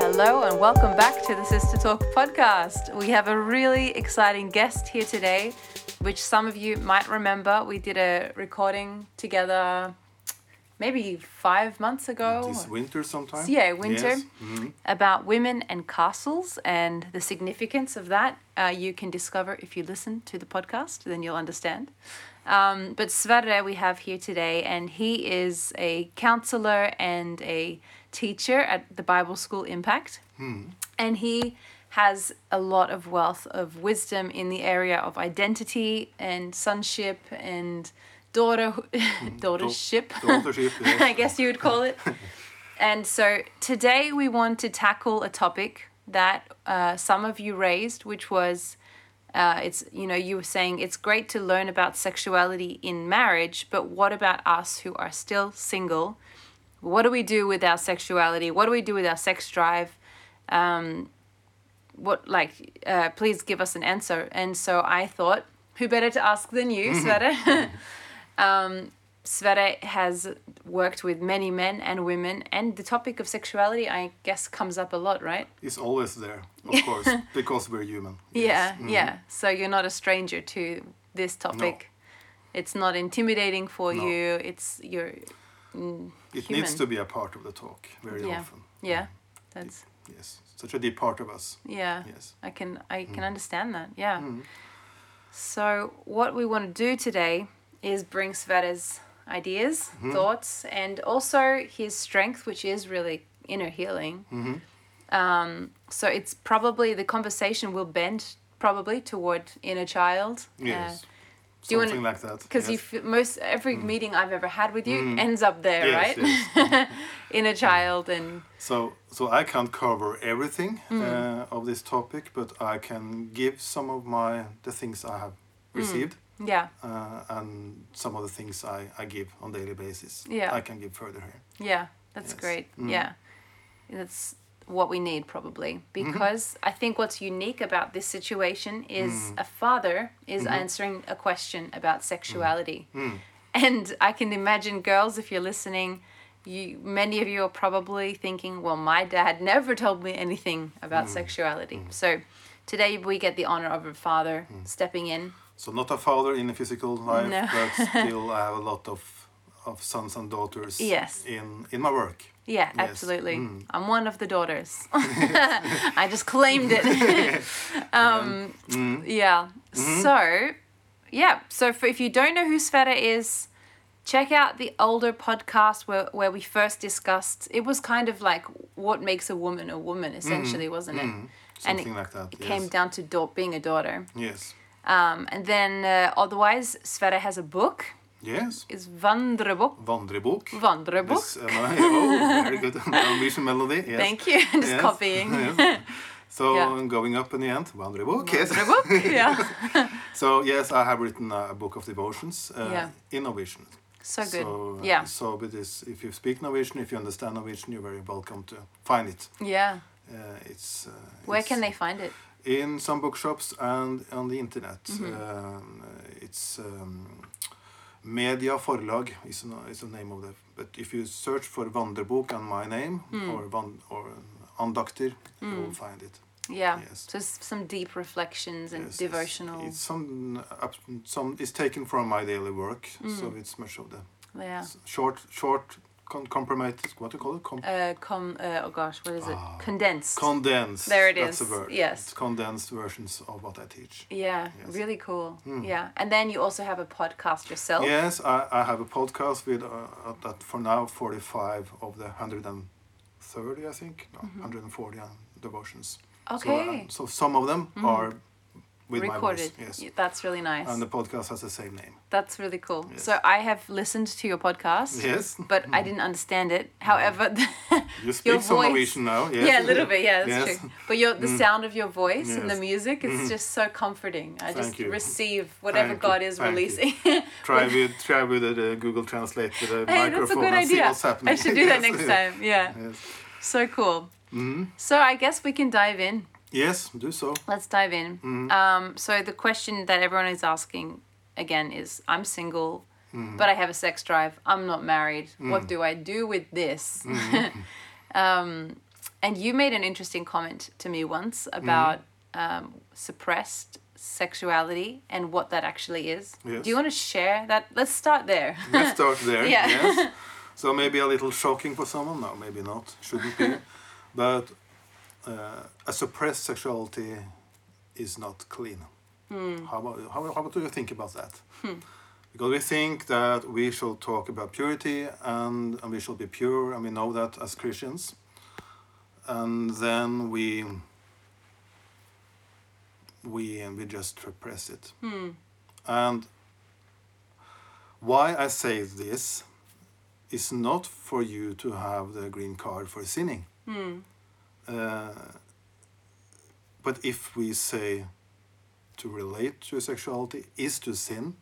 Hello, and welcome back to the Sister Talk podcast. We have a really exciting guest here today, which some of you might remember. We did a recording together maybe five months ago. This winter sometime? Oh Yeah, winter. Yes. Mhm. about women and castles and the significance of that. Uh, you can discover if you listen to the podcast, then you'll understand. Um, but Sverre, we have here today, and he is a counselor and a teacher at the Bible School Impact. And he has a lot of wealth of wisdom in the area of identity and sonship and daughter daughtership. Daughtership, yes. I guess you would call it. And so today we want to tackle a topic that uh, some of you raised, which was uh, it's you know you were saying it's great to learn about sexuality in marriage, but what about us who are still single? What do we do with our sexuality? What do we do with our sex drive? Um, what like uh, please give us an answer and so i thought who better to ask than you sveta um, sveta has worked with many men and women and the topic of sexuality i guess comes up a lot right It's always there, of course, because we're human. yeah Yes. Mhm. yeah so you're not a stranger to this topic it's not intimidating for No. you it's you're It human. needs to be a part of the talk very yeah often. yeah that's Yes. Such a deep part of us. yeah Yes. I can I can Mm. understand that. Yeah. So what we want to do today is bring Sveta's ideas, Mm-hmm. thoughts, and also his strength, which is really inner healing. Mm-hmm. Um, so it's probably the conversation will bend probably toward inner child. uh, Yes. do you wanna- Something like that. because yes. Mm. you f- most every meeting I've ever had with you ends up there, Yes, Mm. right? Inner child and So, so I can't cover everything Mm. uh, of this topic, but I can give some of my the things I have Mm. received yeah, uh, and some of the things I, I give on daily basis. Yeah. I can give further here. Yeah, that's Yes. great. Yeah. That's what we need probably because I think what's unique about this situation is a father is answering a question about sexuality. And I can imagine girls if you're listening you many of you are probably thinking well my dad never told me anything about sexuality. So today we get the honor of a father stepping in. So not a father in a physical life, No. but still I have a lot of of sons and daughters. Yes. In in my work. Yeah, Yes. Mm. absolutely. I'm one of the daughters. I just claimed it. um, Mm. Yeah. Mm-hmm. So, yeah. So, for, if you don't know who Sveta is, check out the older podcast where, where we first discussed it was kind of like what makes a woman a woman, essentially, wasn't it? And it, Something like that. it Mm. yes. came down to da- being a daughter. Yes. Um, and then, uh, otherwise, Sveta has a book. Yes. It's Vandrebok. Vandrebok. Vandrebok. This, um, oh, very good. Norwegian melody. Yes. Thank you. just Yes. copying. Yes. So Yeah. going up in the end, Vandrebok. Yes. Vandrebok. Yeah. So yes, I have written a book of devotions uh, Yeah. in Norwegian. So good. So, uh, yeah. So but this, if you speak Norwegian, if you understand Norwegian, you're very welcome to find it. Yeah. Uh, it's. Uh, Where it's- can they find it? in some bookshops and on the internet. Mm-hmm. Um, uh, it's um, Media Forlag is, the na- is the name of the. But if you search for Vanderbok and my name Hmm. or Van or Andakter, you will find it. Yeah. Yes. So s- some deep reflections and Yes, yes. devotional. It's some up, some. It's taken from my daily work, so it's much of the Hmm. yeah. s- short short con- compromised. What do you call it? Com- Uh, com. Uh, oh gosh, what is it? Ah. Condensed. condensed. There it That's is, a word. yes. It's condensed versions of what I teach. yeah. Yes. Hmm. Really cool. Yeah. And then you also have a podcast yourself. Yes, I, I have a podcast with uh, uh, that for now 45 of the 130, I think, no, 140 uh, devotions. So, uh, Mm-hmm. Okay. Mm-hmm. so some of them are with Recorded. my voice. Yes. Y- That's really nice. And the podcast has the same name. That's really cool. Yes. Hmm. So I have listened to your podcast. Yes. But I didn't understand it. However, You speak some voice- Norwegian now. Yes. yeah, a little bit. Yeah, that's Yes. Mm. true. But your the sound of your voice and the Yes. Mm. music is just so comforting. I just Thank you. receive whatever Thank you. God is Thank you. releasing. Try with try with uh, the, the Google Translate with the hey, that's a microphone good and see idea. what's happening. I should do that Yes. next Mm-hmm. time. Yeah, Yes. so cool. So I guess we can dive in. yes, do so. Let's dive in. Mm-hmm. Um, so the question that everyone is asking again is: I'm single, Mm-hmm. but I have a sex Mm-hmm. drive. I'm not married. What do I do with this? um, and you made an interesting comment to me once Mm-hmm. about um, suppressed sexuality and what that actually is. Yes. Do you want to share that? Let's start there. Let's start there. Yeah. Yes. So maybe a little shocking for someone. No, maybe not. Shouldn't be. But uh, a suppressed sexuality is not clean. How, about, how, how do you think about that? Because we think that we shall talk about purity and, and we shall be pure, and we know that as Christians. And then we we we just repress it. And why I say this is not for you to have the green card for sinning. Uh, but if we say to relate to sexuality is to sin,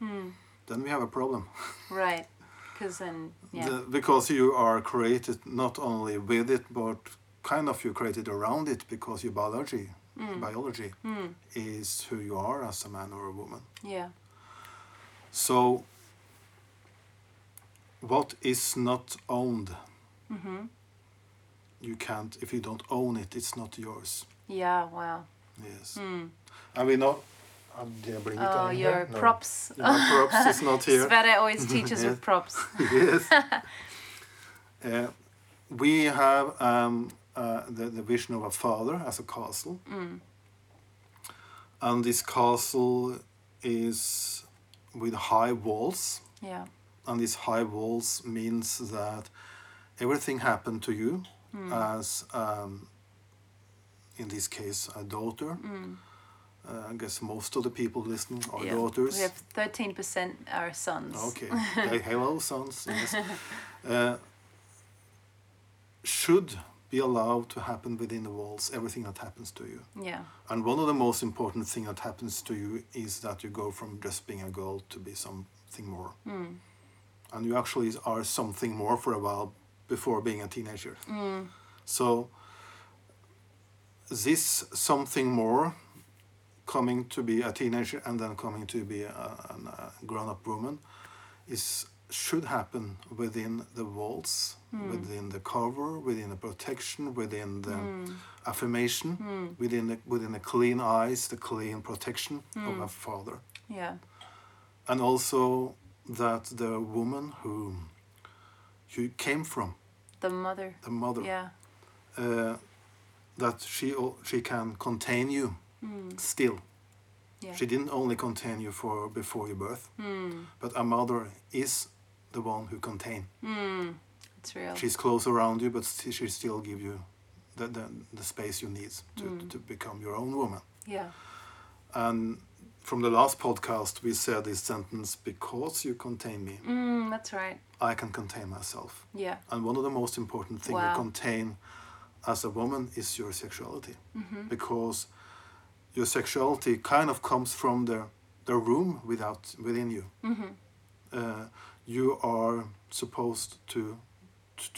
then we have a problem. right. Because then, yeah. The- because you are created not only with it, but kind of you're created around it because your biology, biology is who you are as a man or a woman. yeah. So, what is not owned, you can't, if you don't own it, it's not yours. Yeah. Wow. Yes. And we know, uh, did I bring it Oh, down here? your No. props. Your props is not here. Sveta always teaches with props. yes. Uh, we have um, uh, the, the vision of a father as a castle. And this castle is with high walls. Yeah. and these high walls means that everything happened to you Hmm. as um, in this case a daughter uh, i guess most of the people listening are Hmm. yeah. daughters We have thirteen percent are sons. okay Hey, hello sons yes. uh, should be allowed to happen within the walls everything that happens to you Yeah. and one of the most important thing that happens to you is that you go from just being a girl to be something more. And you actually are something more for a while before being a teenager. So this something more coming to be a teenager and then coming to be a, a, a grown-up woman is should happen within the walls Hmm. within the cover within the protection within the Hmm. affirmation within the within the clean eyes the clean protection Hmm. of a father Yeah. and also that the woman who you came from The mother. the mother Yeah. uh, that she al- she can contain you still Hmm. Yeah. Hmm. She didn't only contain you for before your birth, but a mother is the one who contain. It's real. She's close around you, but st- she still give you the, the, the space you need to, to become your own woman. Yeah. And from the last podcast, we said this sentence: "Because you contain me, Mm, that's right. I can contain myself." Yeah. And one of the most important things Wow. you contain as a woman is your sexuality. Mm-hmm. Because your sexuality kind of comes from the, the room without within you. Mm-hmm. Uh, you are supposed to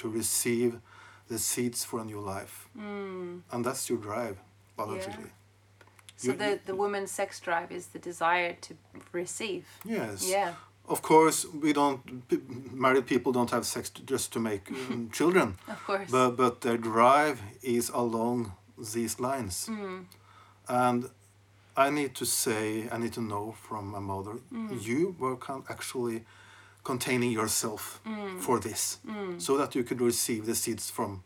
to receive the seeds for a new life. Mm. And that's your drive, biologically. So You- the the woman's sex drive is the desire to receive. Yes. Yeah. Of course, we don't. p- Married people don't have sex to, just to make um, children. Of course. but but their drive is along these lines Mm. and i need to say i need to know from my mother Mm. you were con- actually containing yourself Mm. for this so that you could receive the seeds from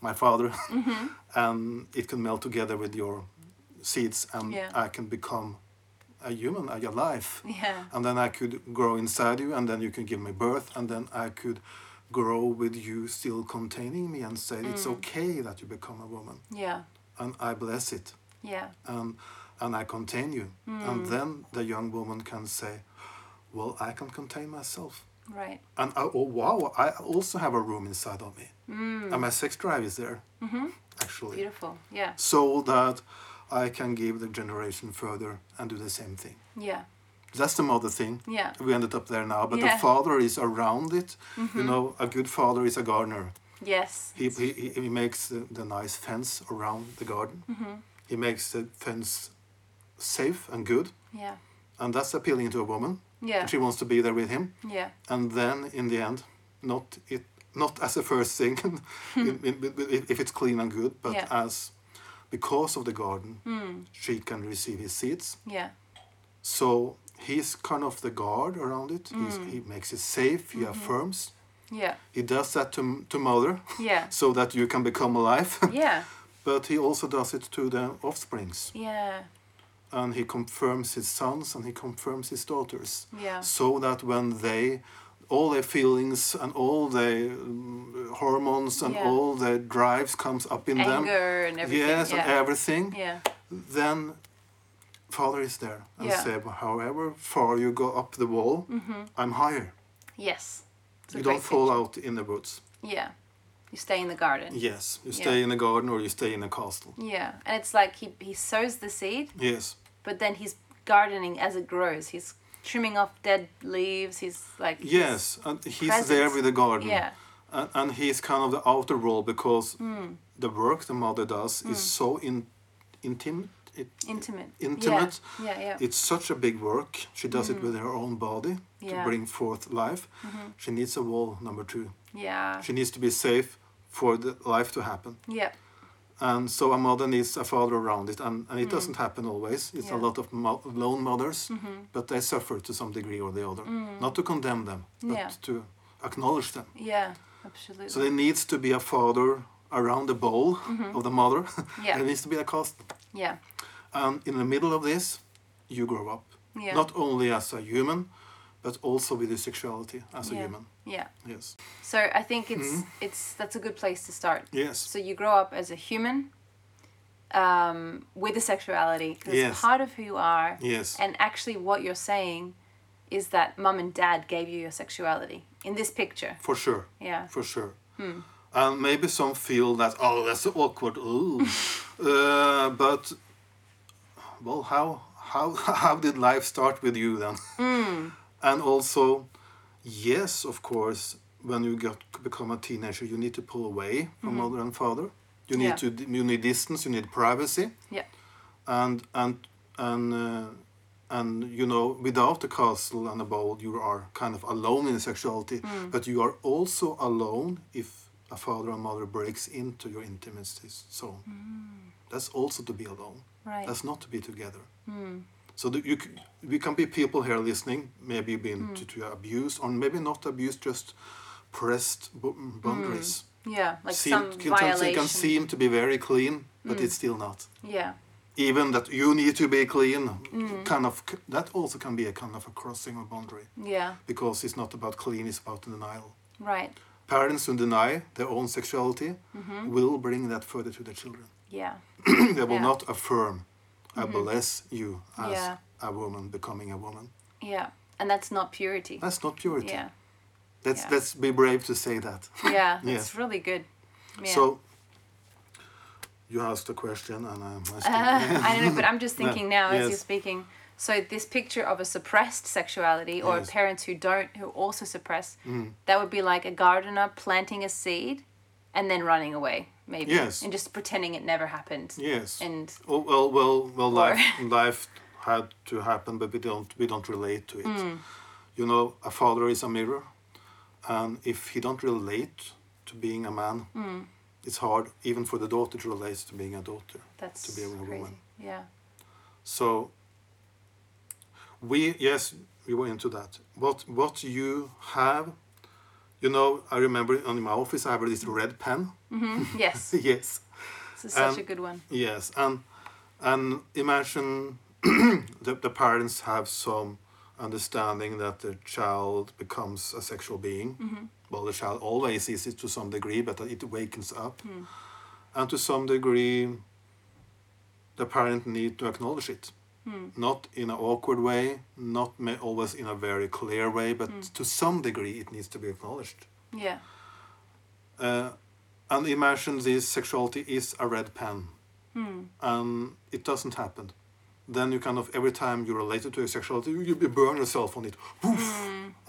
my father Mm-hmm. and it can melt together with your seeds and Yeah. i can become a human a life yeah. and then I could grow inside you, and then you can give me birth, and then I could grow with you still containing me and say it's okay that you become a woman, Yeah. and I bless it, Yeah. and and I contain you, and then the young woman can say, well, I can contain myself, Right. and I, oh wow, I also have a room inside of me, and my sex drive is there, actually, Beautiful. Yeah. so that I can give the generation further and do the same thing. Yeah. That's the mother thing Yeah. we ended up there now but Yeah. Mm-hmm. the father is around it you know a good father is a gardener Yes. he, he, he- he makes the, the nice fence around the garden Mm-hmm. he makes the fence safe and good Yeah. and that's appealing to a woman Yeah. she wants to be there with him Yeah. and then in the end not it not as a first thing, in- in- in- if if it's clean and good, but Hmm. Yeah. Hmm. as because of the garden, she can receive his seeds. Yeah. So he's kind of the guard around it. He's, Mm. he makes it safe. Mm-hmm. He affirms. Yeah. He does that to to mother, Yeah. so that you can become alive. Yeah. but he also does it to the offsprings, Yeah. and he confirms his sons and he confirms his daughters, Yeah. so that when they all their feelings and all their um, hormones and Yeah. all their drives comes up in them Anger and everything. yes yeah. and everything yeah. then father is there and Yeah. say however far you go up the wall i'm higher Yes. It's a you great don't fall picture. out in the woods Yeah. You stay in the garden. yes you Yeah. stay in a garden or you stay in a castle Yeah. And it's like he, he sows the seed, yes but then he's gardening as it grows. He's trimming off dead leaves. He's like. he's- yes and he's there presence. with the garden Yeah. and, and he's kind of the outer role because Hmm. the work the mother does is so in, intimate it, Intimate. Intimate. Yeah. Yeah. Yeah. it's such a big work she does it with her own body Yeah. Mm-hmm. to bring forth life she needs a wall number two Yeah. she needs to be safe for the life to happen Yeah. and so a mother needs a father around it and, and it doesn't happen always it's a Mm. Yeah. Mm-hmm. lot of mo- lone mothers but they suffer to some degree or the other not to condemn them but Mm. Yeah. to acknowledge them Yeah. Absolutely. so there needs to be a father around the bowl of the mother Mm-hmm. Yeah. there needs to be a cost yeah. and in the middle of this you grow up Yeah. not only as a human but also with your sexuality as a Yeah. human Yeah. yes So I think it's it's that's a good place to start. Mm-hmm. yes So you grow up as a human um, with a sexuality because Yes. it's part of who you are. yes And actually, what you're saying is that mum and dad gave you your sexuality in this picture. for sure Yeah. Hmm. for sure. And maybe some feel that oh that's so awkward. Ooh. uh, but well, how how how did life start with you then? Hmm. And also, yes, of course, when you get become a teenager, you need to pull away from mother and father. You need Mm-hmm. Yeah. to you need distance. You need privacy. Yeah. And and and. Uh, and you know, without the castle and the bowl, you are kind of alone in sexuality. Mm. But you are also alone if a father and mother breaks into your intimacy zone. That's also to be alone. Mm. Right. Mm. That's not to be together. So that you, c- we can be people here listening, maybe Mm. been to, to abused or maybe not abused, just pressed bu- boundaries. yeah. Mm. Like Seem- some can- sometimes it violation. Mm. can seem to be very clean, but it's still not yeah. even that you need to be clean Mm. kind of c- that also can be a kind of a crossing of boundary Yeah. because it's not about clean it's about denial Right. parents who deny their own sexuality will bring that further to their children Yeah. they will Mm-hmm. Yeah. Mm-hmm. not affirm i bless you as Yeah. a woman becoming a woman Yeah. And that's not purity. that's not purity yeah. let's yeah. let's be brave to say that Yeah. Yeah. That's really good. Yeah. so you asked a question and i'm asking Uh, I don't know, but I'm just thinking now as yes. you're speaking. So this picture of a suppressed sexuality or Yes. Mm. parents who don't, who also suppress, that would be like a gardener planting a seed and then running away, maybe. Yes. And just pretending it never happened. yes And Oh, well, well, well. Or- Life, life had to happen, but we don't we don't relate to it. You know, a father is a mirror, and if he don't relate to being a man, it's hard even for the daughter to relate to being a daughter. that's be a woman. crazy. Yeah. So we yes, we were into that. What what you have, you know, I remember in my office I have this red pen. Mm, yes. yes. This is such Um, a good one. Yes, and and imagine the, the parents have some understanding that the child becomes a sexual being. Well, the child always is it to some degree, but it wakens up, and to some degree, the parent need to acknowledge it, not in an awkward way, not may always in a very clear way, but to some degree, it needs to be acknowledged. Yeah. Uh, and imagine this sexuality is a red pen Hmm. and it doesn't happen then you kind of every time you relate it to your sexuality you, you burn yourself on it Poof!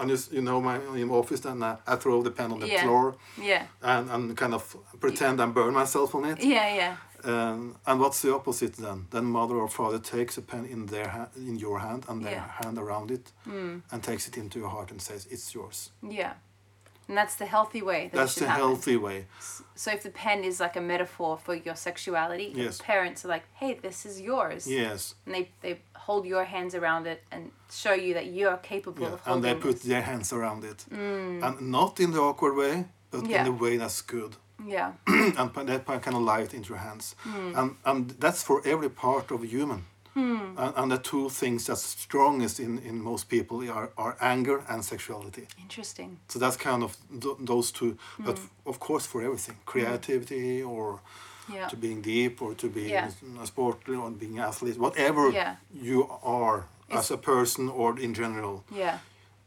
and you, s- you know my in office then I, I throw the pen on the Hmm. Yeah. floor Yeah. and, and kind of pretend and burn myself on it Yeah. Yeah. um, and what's the opposite then then mother or father takes a pen in their hand in your hand and their Yeah. Hmm. hand around it and takes it into your heart and says it's yours Yeah. And that's the healthy way. That it That's should the happen. healthy way. So if the pen is like a metaphor for your sexuality, your Yes. parents are like, "Hey, this is yours," Yes. and they they hold your hands around it and show you that you are capable Yeah, of and holding. they put their hands around it. And not in the awkward way, but Yeah. in the way that's good. yeah, and put that kind of light into your hands. Mm. And, and that's for every part of a human. Hmm. And, and the two things that's strongest in, in most people are, are anger and sexuality. interesting. So that's kind of th- those two. Hmm. But f- of course, for everything creativity or Yeah, to being deep or to being Yeah. a sport or being an athlete, whatever Yeah. you are It's- as a person or in general yeah,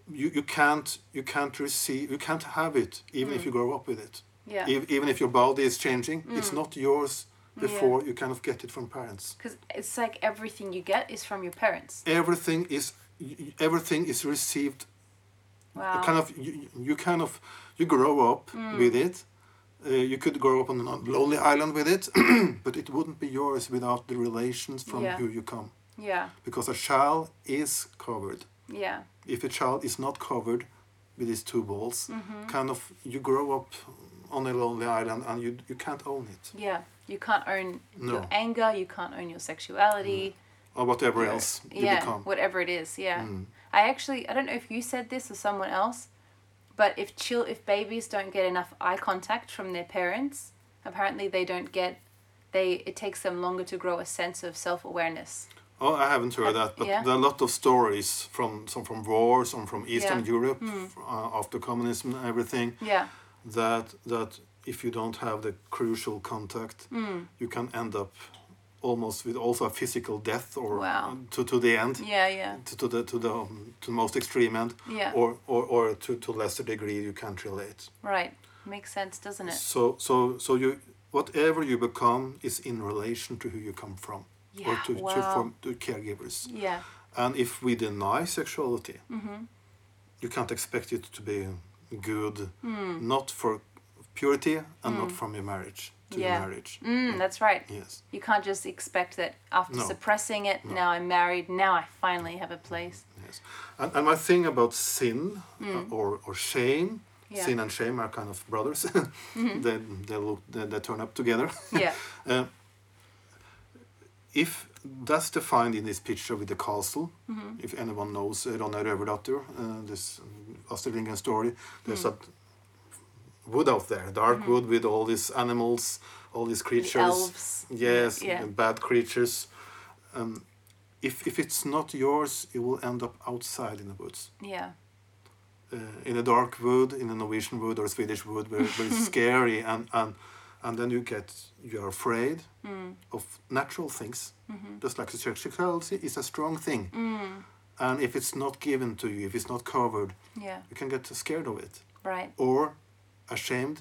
you, you can't you can't receive you can't have it even if you grow up with it Mm. Yeah. Mm. Ev- even if your body is changing it's not yours before you kind of get it from parents because it's like everything you get is from your parents. everything is y- y- everything is received Wow. kind of you, you kind of you grow up Mm. with it uh, you could grow up on a lonely island with it but it wouldn't be yours without the relations from Yeah. who you come yeah, because a child is covered yeah, if a child is not covered with these two balls, Mm-hmm. kind of you grow up on a lonely island and you you can't own it yeah. You can't own your No. anger. You can't own your sexuality. or whatever else you yeah, become. Hmm. whatever it is. Yeah, I actually I don't know if you said this or someone else, but if chill if babies don't get enough eye contact from their parents, apparently they don't get they it takes them longer to grow a sense of self awareness. Oh, I haven't heard that, but yeah. there are a lot of stories from some from wars and from Eastern Yeah. Hmm. Europe f- uh, after communism and everything Yeah, that that if you don't have the crucial contact, Hmm. you can end up almost with also a physical death or Wow. to to the end. yeah, yeah, To, to the to the um, to the most extreme end, Yeah. or, or or to to lesser degree you can't relate. right. Makes sense, doesn't it? So so so you whatever you become is in relation to who you come from or Yeah, to to, wow. from, to caregivers. Yeah, And if we deny sexuality, Mm-hmm. you can't expect it to be good, Hmm. not for purity and not from your marriage to Yeah. your marriage. mm, that's right. Yes. You can't just expect that after No. suppressing it. Now I'm married. Now I finally have a place. Yes. And, and my thing about sin uh, or, or shame, Hmm. Yeah. Mm-hmm. sin and shame are kind of brothers. they, they, look, they, they turn up together. Yeah, Uh, if that's defined in this picture with the castle, Mm-hmm. if anyone knows uh, Ronja Rövardotter, uh, this um, Astrid Lindgren story, there's Mm. a wood out there, dark wood with all these animals, all these creatures. Mm-hmm. elves. Yes, Yeah. uh, bad creatures. Um, if, if it's not yours, it will end up outside in the woods. yeah, Uh, in a dark wood, in a Norwegian wood or Swedish wood, where, where it's scary, and, and and then you get you are afraid Mm. of natural things, Mm-hmm. just like the sexuality is a strong thing, Mm, and if it's not given to you, if it's not covered, yeah. you can get scared of it Right, or ashamed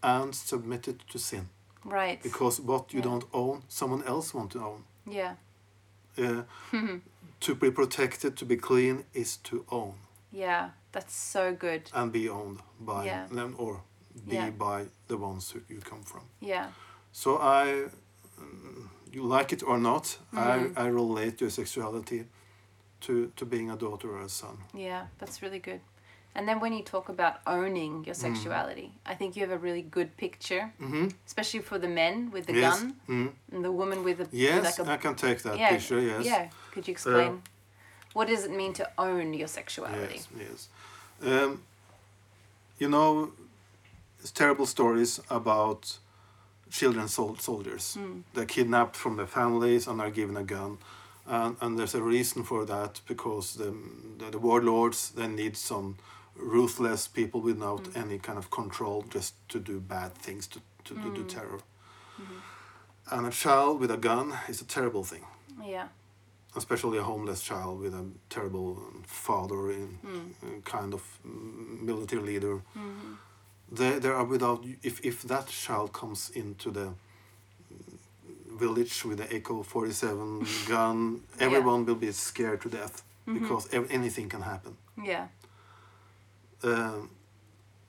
and submitted to sin Mm-hmm. right. because what you Yeah. don't own, someone else want to own. Yeah, Uh, to be protected, to be clean, is to own. yeah. That's so good. and be owned by Yeah. them or be Yeah. by the ones who you come from. Yeah. So I, mm, you like it or not, Mm-hmm. I, I relate your sexuality to, to being a daughter or a son. Yeah, that's really good. And then when you talk about owning Mm. your sexuality, I think you have a really good picture, Mhm. especially for the men with the yes. gun Mm. and the woman with the with Yes, like I can take that yeah, picture. Yes. Uh, Yeah. Could you explain what does it mean to own your sexuality? Yes. Yes. Um, you know, it's terrible stories about children sol- soldiers. They're kidnapped from their families and are given a gun. And, and there's a reason for that because the, the, the warlords they need some ruthless people without any kind of control just to do bad things to, to, to do terror. And a child with a gun is a terrible thing Yeah. especially a homeless child with a terrible father in uh, kind of mm, military leader Mm-hmm. they, they are without if, if that child comes into the village with the echo 47 gun Yeah. everyone will be scared to death because ev- anything can happen Yeah. um,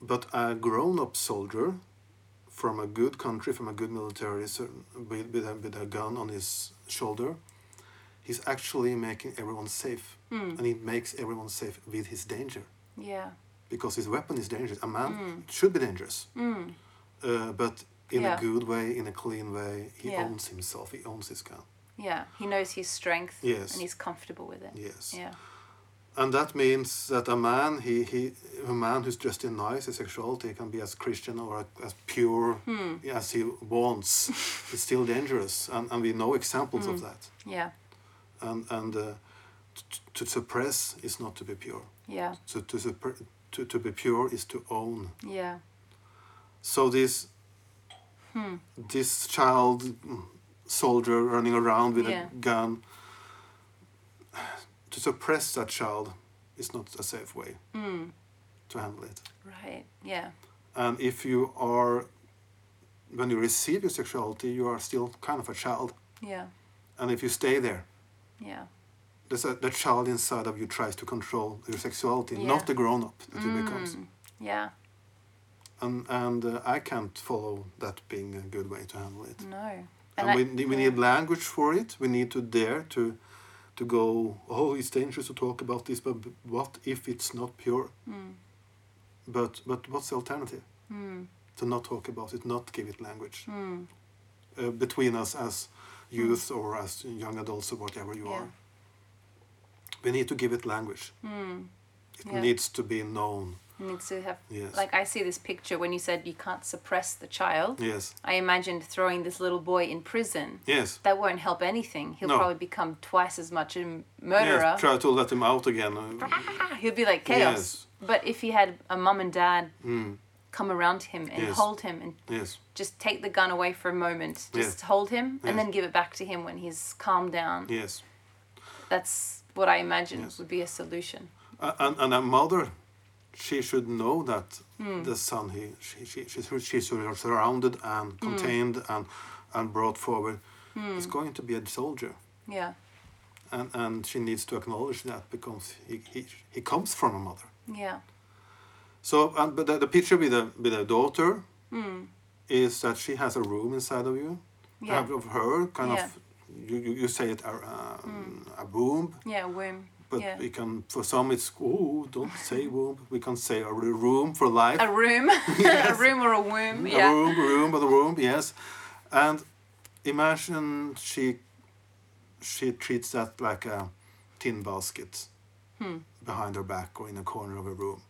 but a grown-up soldier from a good country, from a good military, ser- with, with, a, with a gun on his shoulder, he's Hmm. actually making everyone safe, and he makes everyone safe with his danger. Yeah. because his weapon is dangerous. A man should be dangerous, uh, but in Hmm. Yeah. a good way, in a clean way. He Yeah. owns himself. He owns his gun. Yeah. He knows his strength Yes. and he's comfortable with it. Yes, Yeah. and that means that a man, he, he, a man who's dressed in nice, his sexuality can be as Christian or as pure as he wants. it's still dangerous, and, and we know examples of that. Yeah. And and uh, t- to suppress is not to be pure. Yeah. So to suppre- to, to be pure is to own. Yeah. So this Hmm. this child mm, soldier running around with Yeah. a gun to suppress that child is not a safe way Hmm. to handle it. Right. Yeah. And if you are when you receive your sexuality, you are still kind of a child. Yeah. And if you stay there, Yeah. there's a, the child inside of you tries to control your sexuality, Yeah. Hmm. not the grown up that you becomes. Mm. Yeah. And and uh, I can't follow that being a good way to handle it. No. and, I- we, ne- we yeah. need language for it we need to dare to to go oh it's dangerous to talk about this but b- what if it's not pure Mm, but but what's the alternative to not talk about it not give it language mm. uh, between us as youth or as young adults or whatever you Yeah. are we need to give it language it Mm. Yeah. needs to be known You need to have yes like I see this picture when you said you can't suppress the child. yes I imagined throwing this little boy in prison. yes That won't help anything. He'll No. probably become twice as much a m- murderer. Ah, yes try to let him out again uh, He'll be like chaos. Yes. Mm. But if he had a mum and dad come around him and Yes. hold him and yes just take the gun away for a moment, Yeah. just hold him and Yes. then give it back to him when he's calmed down. yes That's what I imagine Yes. would be a solution. A- and, and a mother she should know that Hmm. the son he she, she, she's, she's sur- surrounded Hmm. and contained and and brought forward is going to be a soldier Yeah. and and she needs to acknowledge that because he, he, he comes from a mother Yeah. so and but the, the picture with the with the daughter is that she has a room inside of you Hmm. Yeah. of- of her kind Yeah. Hmm. of you, you, you say it a, um, a womb Yeah, womb. but yeah. we can, for some, it's oh, don't say womb. We can say a re- room for life, A room. a room or a womb. a Yeah. room, room, but a room, yes. And imagine she, she treats that like a tin basket behind her back or in a corner of a room.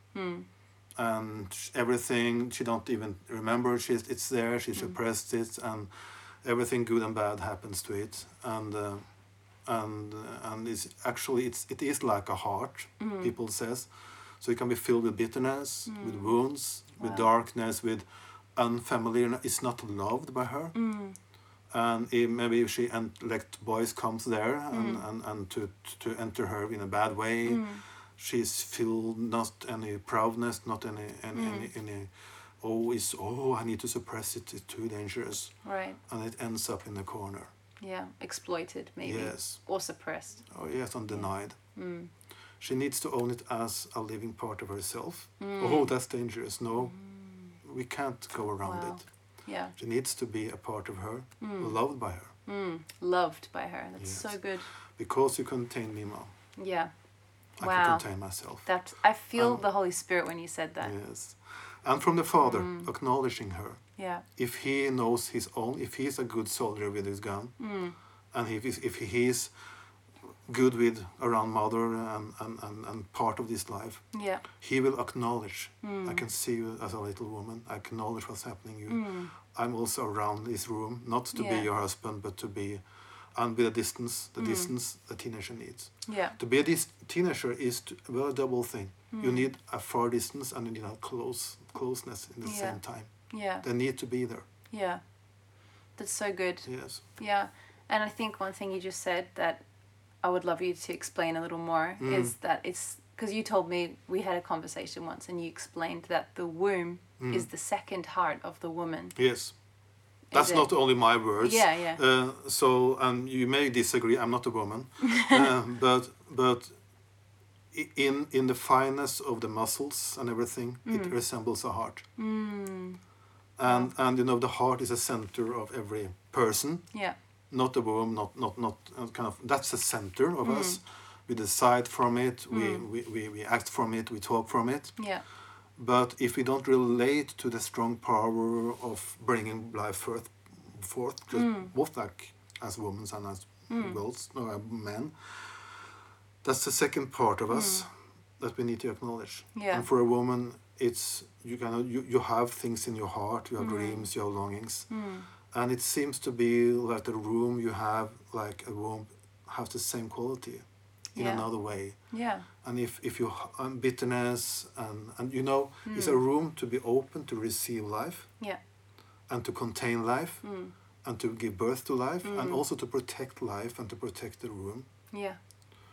And sh- everything she don't even remember. She's it's there. She suppressed it, and everything good and bad happens to it. And uh, and uh, and it's actually it's it is like a heart people says so it can be filled with bitterness with wounds with darkness with unfamiliar it's not loved by her and i- maybe if she and let boys comes there and, and and to to enter her in a bad way Hmm. she's filled not any proudness not any any, Mm-hmm. any any oh it's oh i need to suppress it it's too dangerous Right. and it ends up in the corner Yeah. Exploited, maybe. Mm. Yes. Or suppressed. Oh yes, undenied. She needs to own it as a living part of herself. Mm. Oh, that's dangerous. No, we can't go around Wow. Mm. it. Yeah. She needs to be a part of her, loved by her, Hmm. Loved by her. That's so Yes. good. because you contain me, mom. Yeah. I Wow. can contain myself. That I feel Um, the Holy Spirit when you said that. yes, and from the father, Mm. acknowledging her. Yeah. If he knows his own, if he's a good soldier with his gun, Mm. and if he's, if he is good with around mother and, and, and, and part of this life, Yeah. He will acknowledge. Mm. I can see you as a little woman. I acknowledge what's happening you. Hmm. I'm also around this room, not to Yeah. Mm. be your husband, but to be, and with a distance, the distance a teenager needs. Yeah. To be a dis- teenager is to, well a double thing. Mm. You need a far distance and you need a close closeness in the Yeah. same time. Yeah. They need to be there. Yeah. That's so good. Yes. Yeah. And I think one thing you just said that I would love you to explain a little more Mm. is that it's because you told me we had a conversation once and you explained that the womb Mm. is the second heart of the woman. Yes. That's it? not only my words. Yeah, yeah. Uh, so, and you may disagree. I'm not a woman, uh, but but i- in in the fineness of the muscles and everything, Mm. it resembles a heart. And and you know the heart is a center of every person, Yeah. not the womb, not not not uh, kind of that's the center Mm. of us. We decide from it. We, we, we we act from it. We talk from it Yeah. But if we don't relate to the strong power of bringing life forth, forth just Mm. both like as women and as girls, no, uh, men, that's the second part of us that we need to acknowledge. Mm. Yeah. And for a woman, it's you cannot you, you have things in your heart, you have Mm. dreams, you have longings, and it seems to be like the room you have, like a room, have the same quality, in Yeah. another way Yeah. and if if you h- um, bitterness and and you know it's a room to be open to receive life Yeah. and to contain life and to give birth to life and also to protect life and to protect the room Yeah.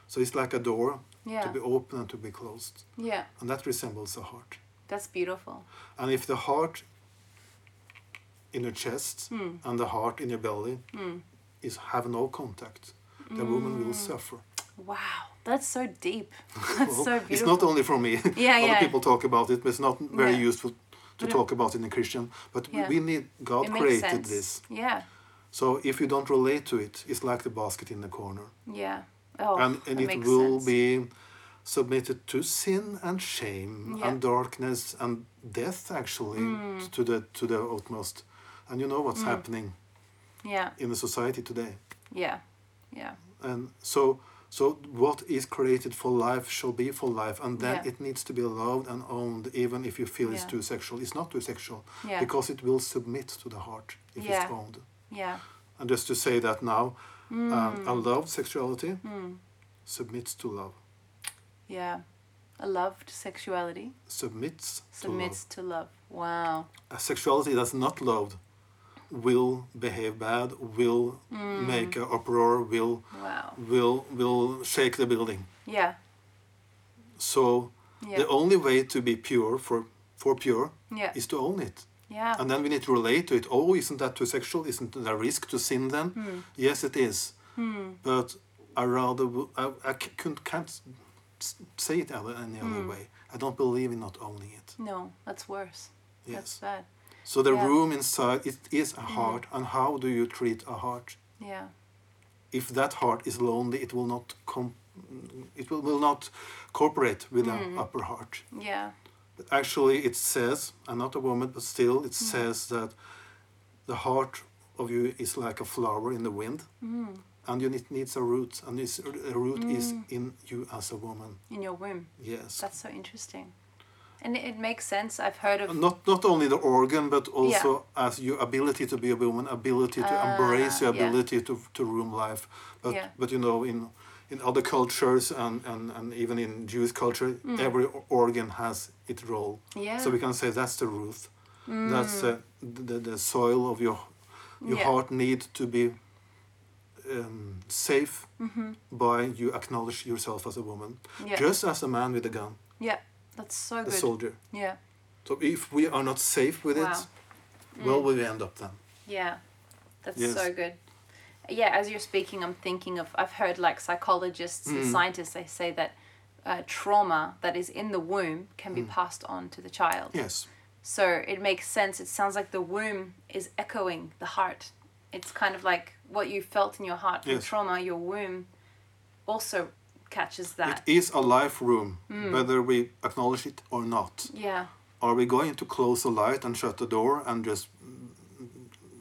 so it's like a door to Yeah. be open and to be closed Yeah. and that resembles a heart That's beautiful. and if the heart in your chest and the heart in your belly is have no contact the woman will suffer Wow. That's so deep. That's so beautiful. It's not only for me. Yeah, Other yeah. people talk about it, but it's not very Yeah. useful to But it- talk about in a Christian. But we- Yeah. we need God it makes created sense. this. Yeah. So if you don't relate to it, it's like the basket in the corner, Yeah. Oh, and and that it makes will sense. be submitted to sin and shame Yeah. Mm. and darkness and death actually to the to the utmost. And you know what's happening Yeah. in the society today. Yeah. Yeah. and so so what is created for life shall be for life and then Yeah. it needs to be loved and owned even if you feel it's Yeah. too sexual it's not too sexual Yeah. because it will submit to the heart if Yeah. it's owned Yeah. and just to say that now um, Mm. a loved sexuality submits to love Yeah. A loved sexuality submits submits to love. Wow. to love a sexuality that's not loved will behave bad will Mm. make an uproar will Wow. will will shake the building Yeah. so Yeah. The only way to be pure for for pure Yeah. is to own it. Yeah. And then we need to relate to it. Oh, isn't that too sexual? Isn't there a risk to sin then? Hmm. Yes, it is. But I rather w- I, I c- couldn't, can't s- say it other, any Hmm. other way. I don't believe in not owning it. No, that's worse. That's Yes. bad. So the yeah. Hmm. room inside it is a heart, and how do you treat a heart? Yeah. If that heart is lonely, it will not com- it will, will not cooperate with Hmm. the upper heart. Yeah. actually it says i'm not a woman but still it Mm. says that the heart of you is like a flower in the wind Mm. and you need, needs a root and this a root is in you as a woman In your womb. yes Mm. That's so interesting. And it, it makes sense. I've heard of. not not only the organ but also as your ability to be a woman ability to embrace Ah, your yeah. ability to, to room life but Yeah. but you know in in other cultures and, and, and even in Jewish culture, Mm. every o- organ has its role. Yeah. Mm. So we can say that's the root. That's uh, the, the soil of your your Yeah. heart need to be um, safe by you acknowledge yourself as a woman, Mm-hmm. Yeah. just as a man with a gun, yeah. That's so a good. soldier. Yeah. So if we are not safe with Wow. Mm. it, where will we end up then? Yeah. That's Yes. so good. Yeah, as you're speaking, I'm thinking of. I've heard like psychologists Mm. and scientists, they say that uh, trauma that is in the womb can be Mm. passed on to the child. Yes, So it makes sense. It sounds like the womb is echoing the heart. It's kind of like what you felt in your heart from Yes. trauma, your womb also catches that. Mm. it is a life room, whether we acknowledge it or not. yeah. Are we going to close the light and shut the door and just mm,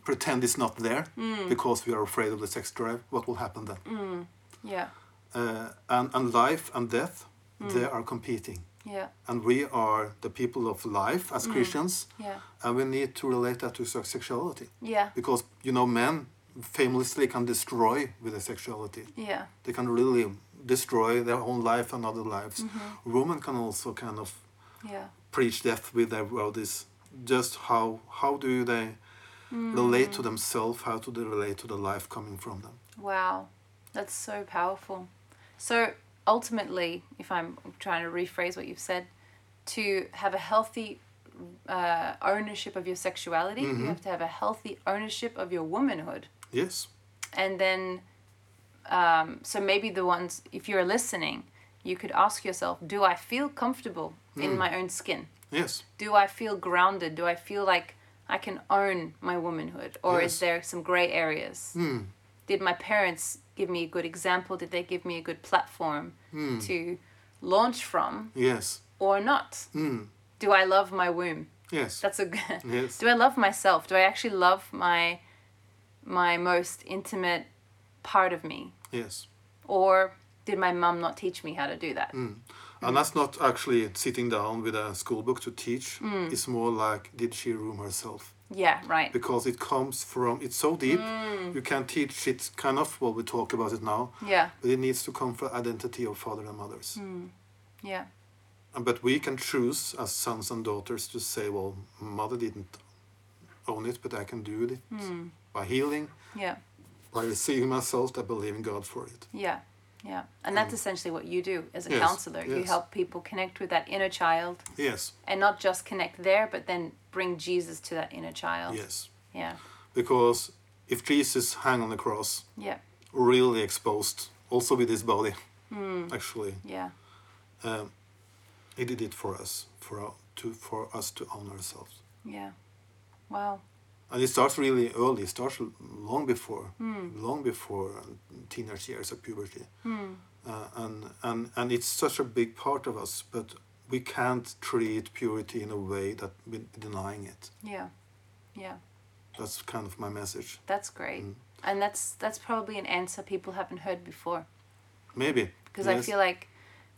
pretend it's not there Mm. because we are afraid of the sex drive? What will happen then? Yeah. Uh, and, and life and death, they are competing. Yeah. And we are the people of life as Christians, Yeah. and we need to relate that to sex- sexuality. Yeah. Because, you know, men famously can destroy with their sexuality. Yeah. they can really destroy their own life and other lives. Women can also kind of Yeah. preach death with their bodies. Just how how do they relate to themselves? How do they relate to the life coming from them? Wow. That's so powerful. So ultimately, if I'm trying to rephrase what you've said, to have a healthy uh, ownership of your sexuality, Mm-hmm. you have to have a healthy ownership of your womanhood. Yes, and then um, so maybe the ones if you're listening you could ask yourself do i feel comfortable Hmm. in my own skin yes, do i feel grounded do i feel like i can own my womanhood or is Yes. Hmm. there some gray areas did my parents give me a good example did they give me a Hmm. good platform to launch from yes. Mm. or not do I love my womb? Yes. That's a g- Yes. Do I love myself? Do I actually love my my most intimate part of me? Yes. Or did my mum not teach me how to do Mm. that? And that's not actually sitting down with a school book to teach. It's more like did she room herself? Yeah, right. Because it comes from it's so deep. You can teach it kind of what we talk about it now. Yeah, But it needs to come from identity of father and mothers. yeah, And But we can choose as sons and daughters to say, well, mother didn't own it, but I can do it by healing, yeah, by receiving myself, I believe in God for it. yeah, yeah. And that's essentially what you do as a Mm. Yes, counselor. You yes. help people connect with that inner child Yes, and not just connect there, but then bring Jesus to that inner child. yes. Yeah, Because if Jesus hung on the cross, yeah, really exposed, also with his body, actually, yeah, um, he did it for us, for, our, to, for us to own ourselves. yeah. Wow. And it starts really early. It starts l- long before, long before uh, teenage years of puberty. Uh, and and and it's such a big part of us, but we can't treat purity in a way that we're denying it. Yeah, yeah. That's kind of my message. That's great. Mm. And that's that's probably an answer people haven't heard before. Maybe Because I Yes. feel like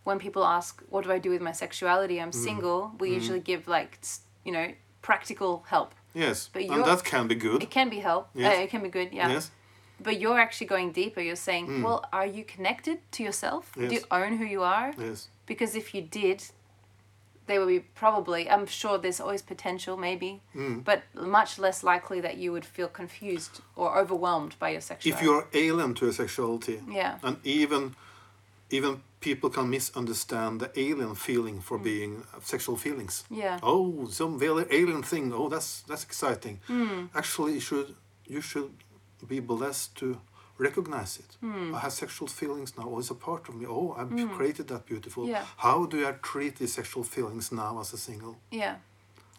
when people ask, "What do I do with my sexuality? I'm Mm. single," we usually give like s- you know practical help. yes, but and you're- that can be good. It can be help. Yes. Uh, it can be good. Yeah. Yes, Mm. But you're actually going deeper. You're saying, "Well, are you connected to yourself? Do you Yes. own who you are?" yes, Because if you did, they would be probably. I'm sure there's always potential, maybe, Mm. but much less likely that you would feel confused or overwhelmed by your sexuality. if you're alien to your sexuality, Yeah. and even even people can misunderstand the alien feeling for being uh, sexual feelings. Mm. Yeah. oh some really alien thing oh that's that's exciting Mm. actually you should you should be blessed to recognize it Mm. i have sexual feelings now oh it's a part of me oh i've created that beautiful Yeah. how do i treat these sexual feelings now as a single Yeah.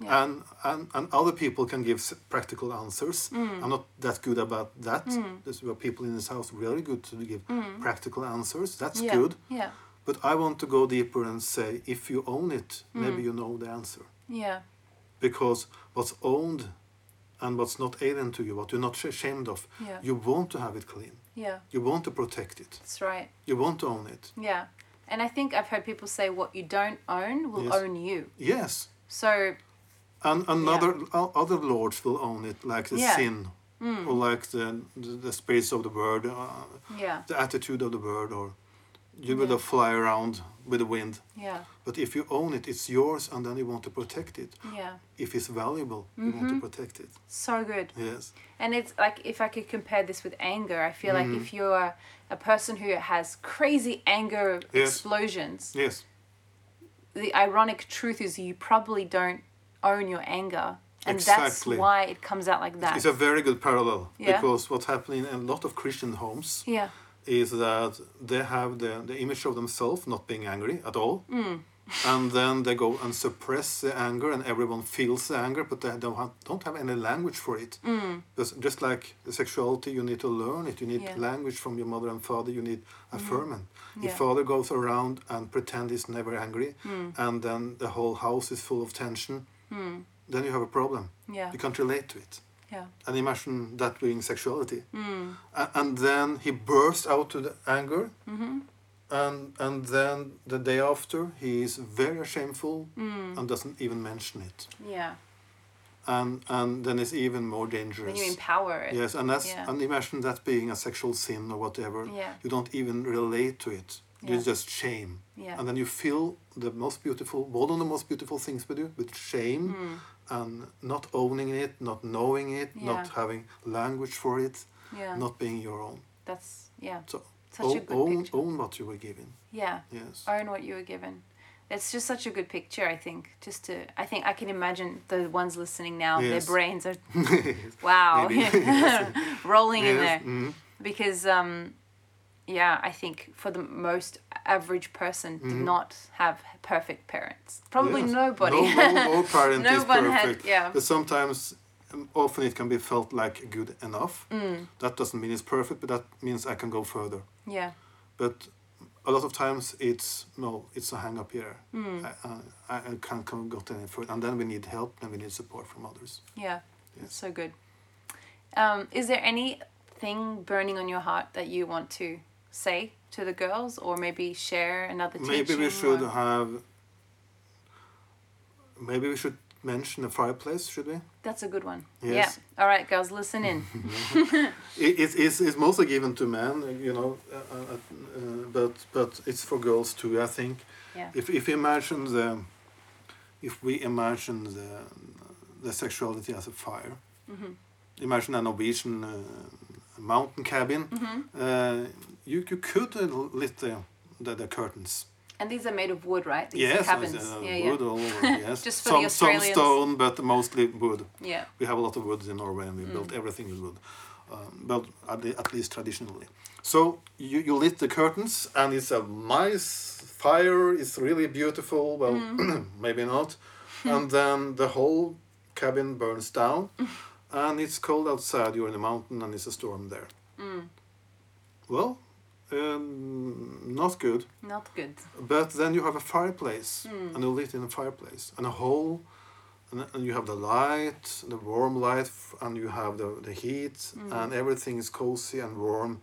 Yeah. and, and and other people can give s- practical answers Mm. i'm not that good about that there's there are people in this house really good to give practical answers that's Mm. yeah. good Yeah. but i want to go deeper and say if you own it maybe Mm. you know the answer Yeah. because what's owned and what's not alien to you, what you're not ashamed of, Yeah. you want to have it clean. Yeah. You want to protect it. That's right. You want to own it. Yeah. And I think I've heard people say what you don't own will Yes. own you. Yes. So, And another o- other lords will own it, like the Yeah. Mm. sin, or like the, the the space of the bird, uh, yeah. the attitude of the bird, or you will Yeah. fly around with the wind. Yeah. But if you own it, it's yours, and then you want to protect it. Yeah. If it's valuable, you want Mm-hmm. to protect it. So good. Yes. And it's like if I could compare this with anger, I feel Mm-hmm. like if you're a person who has crazy anger Yes. explosions, Yes. the ironic truth is you probably don't own your anger. And that's Exactly. why it comes out like that. It's a very good parallel Uh, Yeah. because what's happening in a lot of Christian homes yeah. is that they have the, the image of themselves not being angry at all. Hmm. And then they go and suppress the anger, and everyone feels the anger, but they don't have, don't have any language for it. Because just like the sexuality, you need to learn it. You need Hmm. Yeah. Hmm. language from your mother and father. You need affirmation. Yeah. Hmm. If father goes around and pretend he's never angry, and then the whole house is full of tension, then you have a problem. Yeah. You can't relate to it Yeah. and imagine that being sexuality. Hmm. A- and then he bursts out to the anger. Mm-hmm. And, and then the day after, he is very shameful Hmm. and doesn't even mention it. Yeah. And, and then it's even more When dangerous. you empower it. yes, and, that's, Yeah. and imagine that being a sexual sin or whatever. Yeah. You don't even relate to it. Yeah. You just shame. Yeah. And then you feel the most beautiful, one of the most beautiful things we do with shame Hmm. and not owning it, not knowing it, not Yeah. having language for it, Yeah. not being your own. That's, yeah. So Such a own, good own, picture. own what you were given. Yeah. Yes. own what you were given. That's just such a good picture, I think. Just to, I think I can imagine the ones listening now, Yes. their brains are, wow, Maybe. rolling in there. Yes, mhm. Because, um, yeah, I think for the most average person, did not have perfect parents. Probably Mm-hmm. Yes. nobody. No, no, no parent No is one had- perfect. yeah. But sometimes, um, often it can be felt like good Mm. enough. That doesn't mean it's perfect, but that means I can go further. yeah, But a lot of times it's no, it's a hang up here. I, uh, I, I can't come got any further, and then we need help and we need support from others. Yeah, that's so good. Um, is there anything burning on your heart that you want to say to the girls, or maybe share another? maybe teaching we should or- have. Maybe we should mention the fireplace. Should we? That's a good one. Yes. Yeah. All right, girls, listen in. It, it's, it's, it's mostly given to men, you know, uh, uh, uh, but but it's for girls too. I think Yeah. if if you imagine the, if we imagine the the sexuality as a fire, Mm-hmm. imagine a Norwegian uh, mountain cabin. Mm-hmm. Uh, you you could uh, lit the, the the curtains. And these are made of wood, right? These yes, cabins. uh, yeah, wood yeah. all over. Yes, Just for the some some Australians. stone, but mostly wood. Yeah. We have a lot of woods in Norway, and we built everything with wood, um, but at, the, at least traditionally. So you, you lit the curtains, and it's a nice fire. It's really beautiful. Well, maybe not. and then the whole cabin burns down, and it's cold outside. You're in the mountain, and it's a storm there. Well, um, not good. Not good. But then you have a fireplace, and you lit in a fireplace, and a hole, and, and you have the light, the warm light, f- and you have the, the heat, and everything is cozy and warm,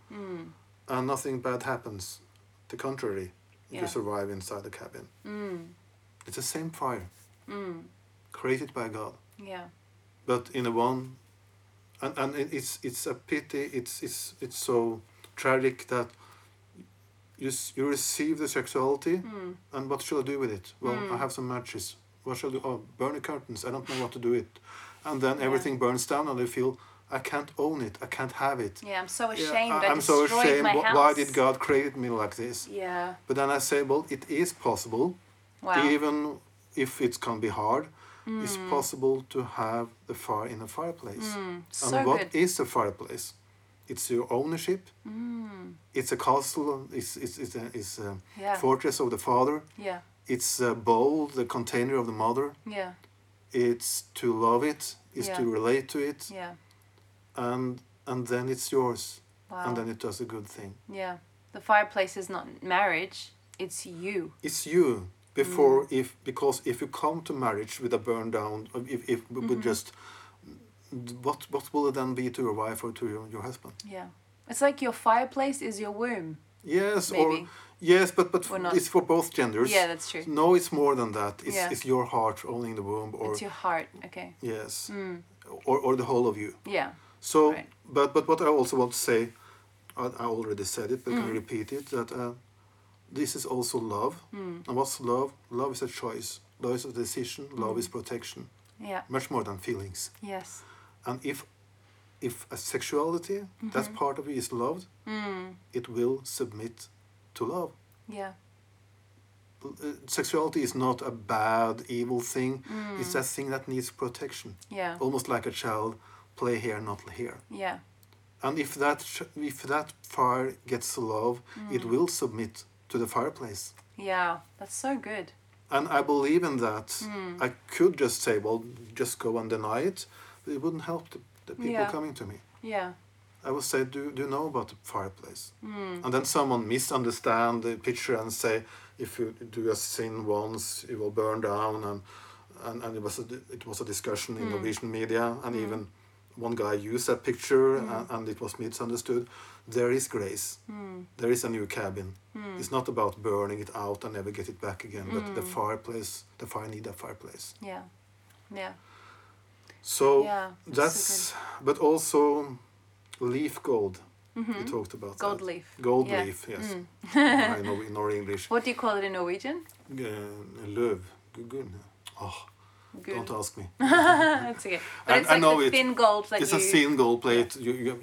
and nothing bad happens. The contrary, Yeah. you survive inside the cabin. It's the same fire, created by God, Yeah. but in a one, and, and it- it's it's a pity. It's it's it's so tragic that. You, s- you receive the sexuality Mm. and what shall I do with it? Well, Hmm. I have some matches. What shall I do? Oh, burn the curtains. I don't know what to do with it. And then Yeah. everything burns down, and I feel I can't own it. I can't have it. Yeah, I'm so Yeah, ashamed. I, I am so destroyed ashamed. My Wh- house. Why did God create me like this? Yeah. But then I say, well, it is possible, Wow. Hmm. even if it can be hard. It's possible to have the fire in a fireplace. Mm, and so what good. is a fireplace? It's your ownership. It's a castle. It's it's it's a, it's a Hmm. Yeah. fortress of the father. Yeah. It's a bowl, the container of the mother. Yeah. It's to love it, it's to Yeah. relate to it, Yeah. and and then it's yours, Wow. and then it does a good thing. Yeah. The fireplace is not marriage, it's you. It's you before Mm. if because if you come to marriage with a burn down, uh, if if we Mm-hmm. would just what what will it then be to your wife or to your, your husband? Yeah. It's like your fireplace is your womb. Yes, or Maybe. yes, but but Or not. it's for both genders. Yeah, that's true. No, it's more than that. It's Yeah. it's your heart only in the womb, or It's your Mm. heart. Okay. yes, or or the whole of you. Yeah. So, Right. but but what I also want to say, I, I already said it, but I can repeat it that uh, this is also love. And what's love? Love is a choice. Love is a decision. Love is protection. Yeah. Much more than feelings. Yes. And if if a sexuality, that part of you is loved, it will submit to love. Mm. Yeah. L- uh, Sexuality is not a bad, evil thing. It's a thing that needs protection. Yeah. Almost like a child, play here, not here. Yeah. And if that sh- if that fire gets love, it will submit to the fireplace. Yeah. That's so good. And I believe in that. I could just say, well, just go and deny it. But it wouldn't help the, the people Yeah. coming to me. Yeah. I would say, do, do you know about the fireplace? Hmm. And then someone misunderstand the picture and say, if you do a sin once, it will burn down. And, and, and it, was a, it was a discussion Hmm. in Norwegian media. And even one guy used that picture Hmm. and, and it was misunderstood. There is grace. Hmm. There is a new cabin. It's not about burning it out and never get it back again. But the Hmm. fireplace, the fire need a fireplace. Yeah. Yeah. So Yeah, that's that's, so but also leaf gold. We talked about Mm-hmm. Gold that. leaf. Gold Yeah. leaf, yes. Mm. I know in our English. Uh, What do you call it in Norwegian? löv. Gu- gu- Oh, Good. don't ask me. That's okay. But I- it's I like know the it. thin gold that It's you a thin gold plate. You, you,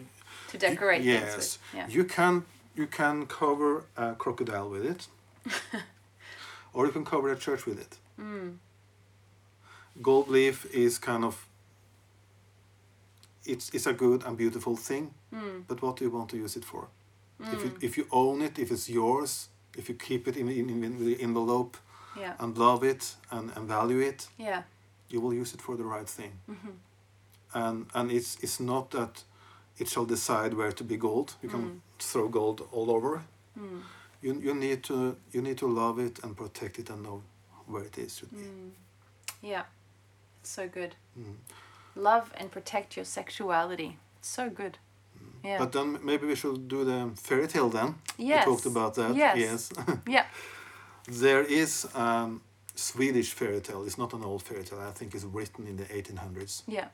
to decorate things yes. with. Yeah. You can you can cover a crocodile with it, or you can cover a church with it. Mm. Gold leaf is kind of. It's it's a good and beautiful thing, Mm. but what do you want to use it for? If you if you own it, if it's yours, if you keep it in in, in the envelope yeah. and love it and, and value it, Yeah. you will use it for the right thing. Mm-hmm. And and it's it's not Mm. that it shall decide where to be gold. You can throw gold all over. you, you need to you need to love it and protect it and know where it Mm, is should be. Yeah. So good. Mm. Love and protect your sexuality. So good. Yeah. But then maybe we should do the fairy tale then. Yes. We talked about that. Yes. yeah. there is um, Swedish fairy tale. It's not an old fairy tale. I think it's written in the 1800s. Yeah.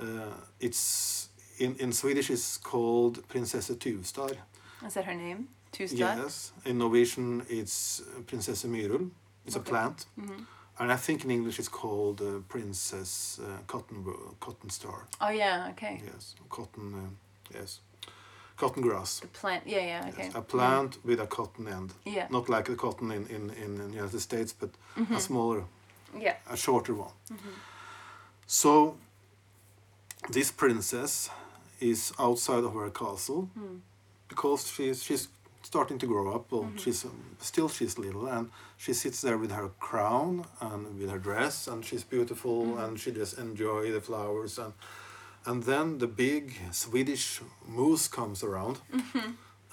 Uh, it's in, in Swedish it's called Prinsessa Tuvstar. Is that her name? Two star? Yes. In Norwegian it's uh, Prinsessa Myrul. It's Okay. a plant. Mhm. And I think in English it's called uh, Princess uh, Cottonwo- Cotton Star. Oh yeah, okay. Yes. Cotton uh, yes. Cotton grass. The plant. Yeah, yeah, okay. Mm-hmm. Yes, A plant with a cotton end. Yeah. Not like the cotton in, in, in the United States, but Mm-hmm. a smaller, Yeah. Mm-hmm. a shorter one. So this princess is outside of her castle because she's, she's starting to grow up. Well, she's um, still she's little, and she sits there with her crown and with her dress, and she's beautiful, and she just enjoy the flowers and. And then the big Swedish moose comes around,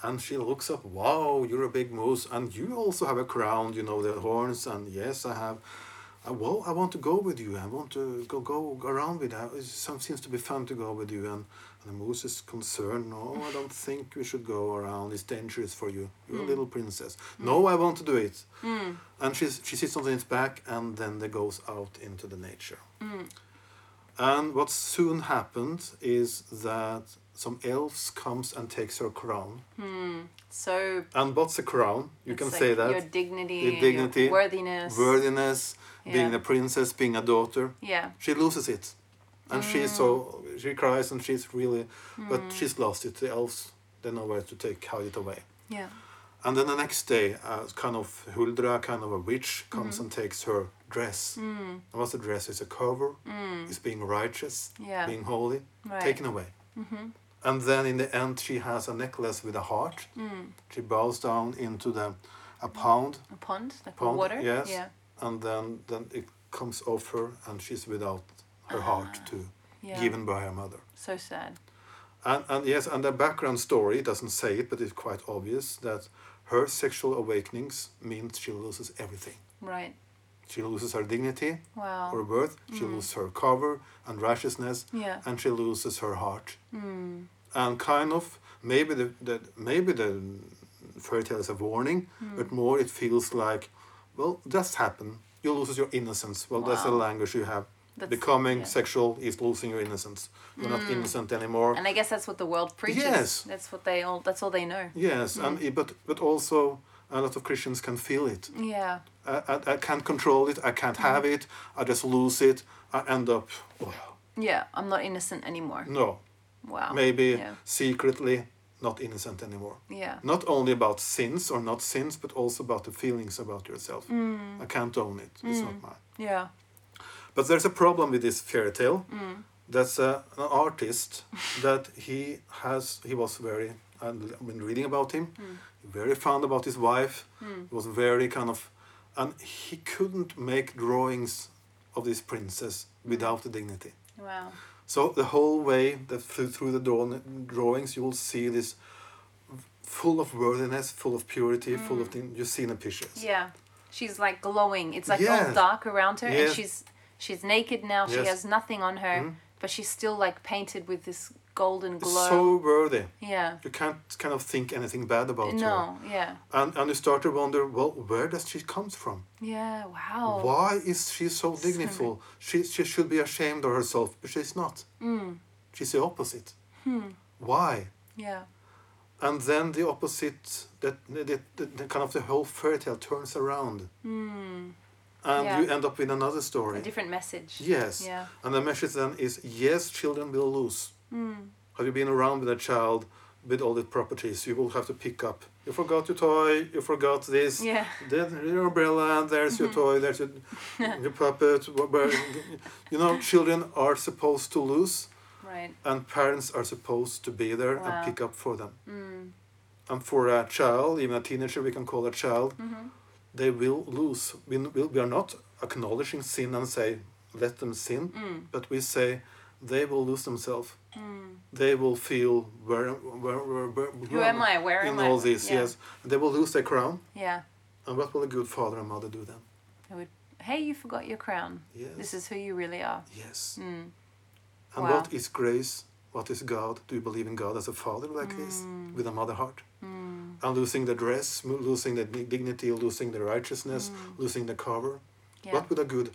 and she looks up. Wow, you're a big moose, and you also have a crown. You know the horns, and yes, I have. Uh, well, I want to go with you. I want to go go around with you. Some seems to be fun to go with you, and, and the moose is concerned. No, I don't think we should go around. It's dangerous for you. You're Hmm. a little princess. No, I want to do it. And she's, she sits on its back, and then they goes out into the nature. Hmm. And what soon happened is that some elves comes and takes her crown. So And what's a crown? You it's can like say your that. dignity, Your your dignity, worthiness. Worthiness, being Yeah. a princess, being a daughter. yeah. She loses it. And she's so Mm. she cries and she's really but she's lost it. The elves they know where to take hide it away. Yeah. And then the next day, a kind of Huldra, kind of a witch, Mm-hmm. comes and takes her dress. Mm. And what's a dress? It's a cover. It's being righteous, Yeah. being holy, Right. Mm-hmm. taken away. And then in the end, she has a necklace with a heart. Mm. She bows down into the a pound, A pond, like Pond, water. yes. Yeah. and then then it comes off her, and she's without her heart Ah. too, Yeah. given by her mother. So sad. And, and yes, and the background story doesn't say it, but it's quite obvious that her sexual awakenings means she loses everything. Right. She loses her dignity, Wow. her worth, she loses her cover and righteousness, Mm. yeah. Hmm. and she loses her heart. And kind of maybe the, the maybe the fairy tale is a warning, Hmm. but more it feels like, well, that's happened. You lose your innocence. Well, that's the Wow. language you have. That's- Becoming yeah. Hmm. sexual is losing your innocence. You're not innocent anymore. And I guess that's what the world preaches. Yes. That's what they all. That's all they know. Yes, and it- but but also a lot of Christians can feel it. Yeah. I, I, I can't control it. I can't have it. I just lose it. I end up oh, Yeah. I'm not innocent anymore. no, Wow. maybe Oh, Yeah. secretly not innocent anymore. Yeah. Not only about sins or not sins, but also about the feelings about yourself. I can't own it. It's not mine. Yeah. But there's a problem with this fairy tale. Mm. That's uh, an artist that he has. He was very. I've been reading about him. Mm. Very fond about his wife. He was very kind of, and he couldn't make drawings of this princess without the dignity. Wow. So the whole way that through, through the draw- drawings, you will see this full of worthiness, full of purity, full of thing you see in the pictures. Mm. Yeah. She's like glowing. It's like all Yes. dark around her, and Yes. she's she's naked now. She Yes. Mm-hmm. has nothing on her, but she's still like painted with this golden It's glow. so worthy. yeah. You can't kind of think anything bad about her. No. Yeah. And, and you start to wonder, well, where does she come from? Yeah. Wow. Why is she so dignified? She, she should be ashamed of herself, but she's not. Mm, She's the opposite. Hmm. Why? Yeah. And then the opposite, that, that, that, that kind of the whole fairy tale turns around. And Yeah. you end up with another A story. Mm. different message. Yes. Yeah. And the message then is yes, children will lose. Hmm. Have you been around with a child with all the properties? You will have to pick up. You forgot your toy, you forgot this. Yeah. Then your umbrella, there's Mm-hmm. your toy, there's your, your puppet. wh- where- you know, children are supposed to lose, Right. and parents are supposed to be there Wow. Mm. and pick up for them. And for a child, even a teenager, we can call a child, Mm-hmm. they will lose. Mm. We, we, we are not acknowledging sin and say, let them sin, but we say, they will lose themselves. They will feel where where where, where Who am I? Where in am I? all this. yeah. Yes, they will lose their crown. Yeah. And what will a good father and mother do then? It would, hey, you forgot your crown. Yes. This is who you really are. yes. Mm. And Wow. what is grace? What is God? Do you believe in God as a father like this, Hmm. with a mother heart? And losing the dress, mo- losing the dig- dignity, losing the righteousness, losing the cover. Hmm. Yeah. What would a good?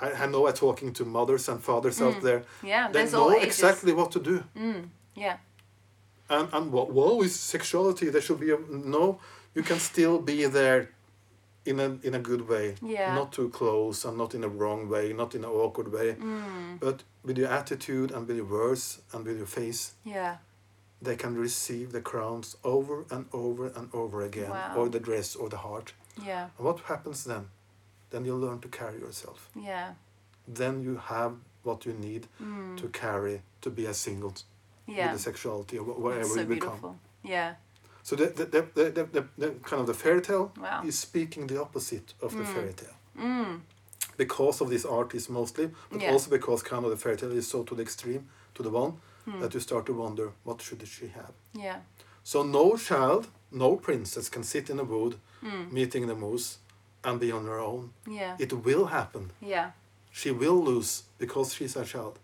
I, I know I'm talking to mothers and fathers out there. Yeah. They Hmm. Um, There's know all ages. exactly what to do. Yeah. And and what woe is sexuality? There should be a, no. You can still be there, in a in a good way. Yeah. Not too close and not in a wrong way, not in an awkward way. Mm. But with your attitude and with your words and with your face, Yeah. they can receive the crowns over and over and over again, Wow. or the dress or the heart. Yeah. And what happens then? Then you learn to carry yourself. Yeah. Then you have what you need to carry to be a single Mm. Yeah. with the sexuality or wh- whatever That's so you become. beautiful. Yeah. So the the, the, the, the, the, the kind of the fairy tale Wow. Mm. is speaking the opposite of the fairy tale. Because of this artist mostly, but Yeah. also because kind of the fairy tale is so to the extreme, to the one, Hmm. that you start to wonder what should she have. Yeah. So no child, no princess can sit in a wood, Hmm. meeting the moose, and be on her own. Yeah. It will happen. Yeah. Mm, She will lose because she's a child.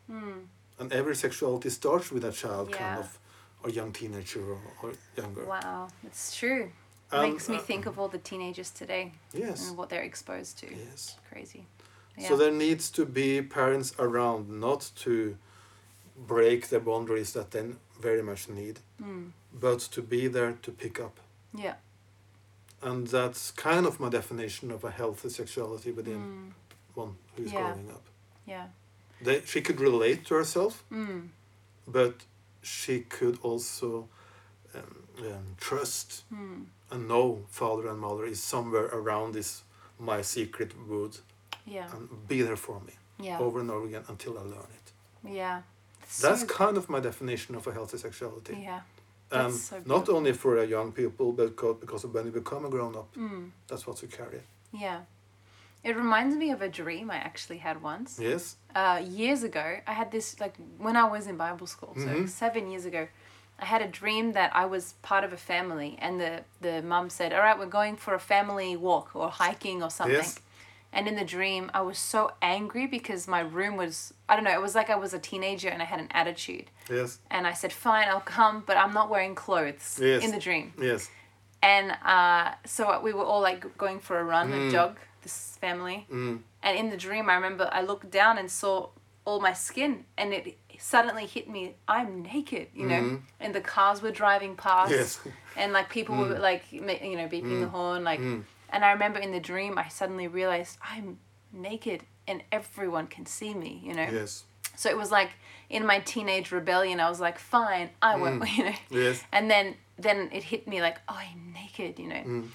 And every sexuality starts with a child, kind Yeah. of, or young teenager or, or younger. Wow. It's true. And, Makes me uh, think of all the teenagers today Yes. and what they're exposed to. Yes. Crazy. Yeah. So there needs to be parents around not to break the boundaries that they very much need, but to be there to pick up. Hmm. yeah. And that's kind of my definition of a healthy sexuality within one who is Mm. Yeah. growing up. Hmm. Yeah. They, she could relate to herself, Mm. but she could also um, um, trust Mm. and know father and mother is somewhere around this my secret wood Yeah. and be there for me Yeah. over and over again until I learn it. Yeah. oh, That's So- kind of my definition of a healthy sexuality. yeah. and that's so not beautiful. only for a young people, but co- because of when you become a grown up, Mm. that's what you carry. Yeah. It reminds me of a dream I actually had once. Yes? Uh, years ago, I had this, like, when I was in Bible school, so Mhm. seven years ago, I had a dream that I was part of a family, and the, the mum said, All right, we're going for a family walk or hiking or something. Yes. And in the dream, I was so angry because my room was, I don't know, it was like I was a teenager and I had an attitude. Yes. And I said, Fine, I'll come, but I'm not wearing clothes Yes. in the dream. Yes. and uh, so we were all like going for a run and jog this family and in the dream i remember i looked down and saw all my skin and it suddenly hit me i'm naked you know and the cars were driving past Yes. and like people were like ma- you know beeping the horn like and i remember in the dream i suddenly realized i'm naked and everyone can see me you know Yes. so it was like in my teenage rebellion, I was like, fine, I won't, you know. Mm. Yes. And then then it hit me like, oh, I'm naked, you know. Mm.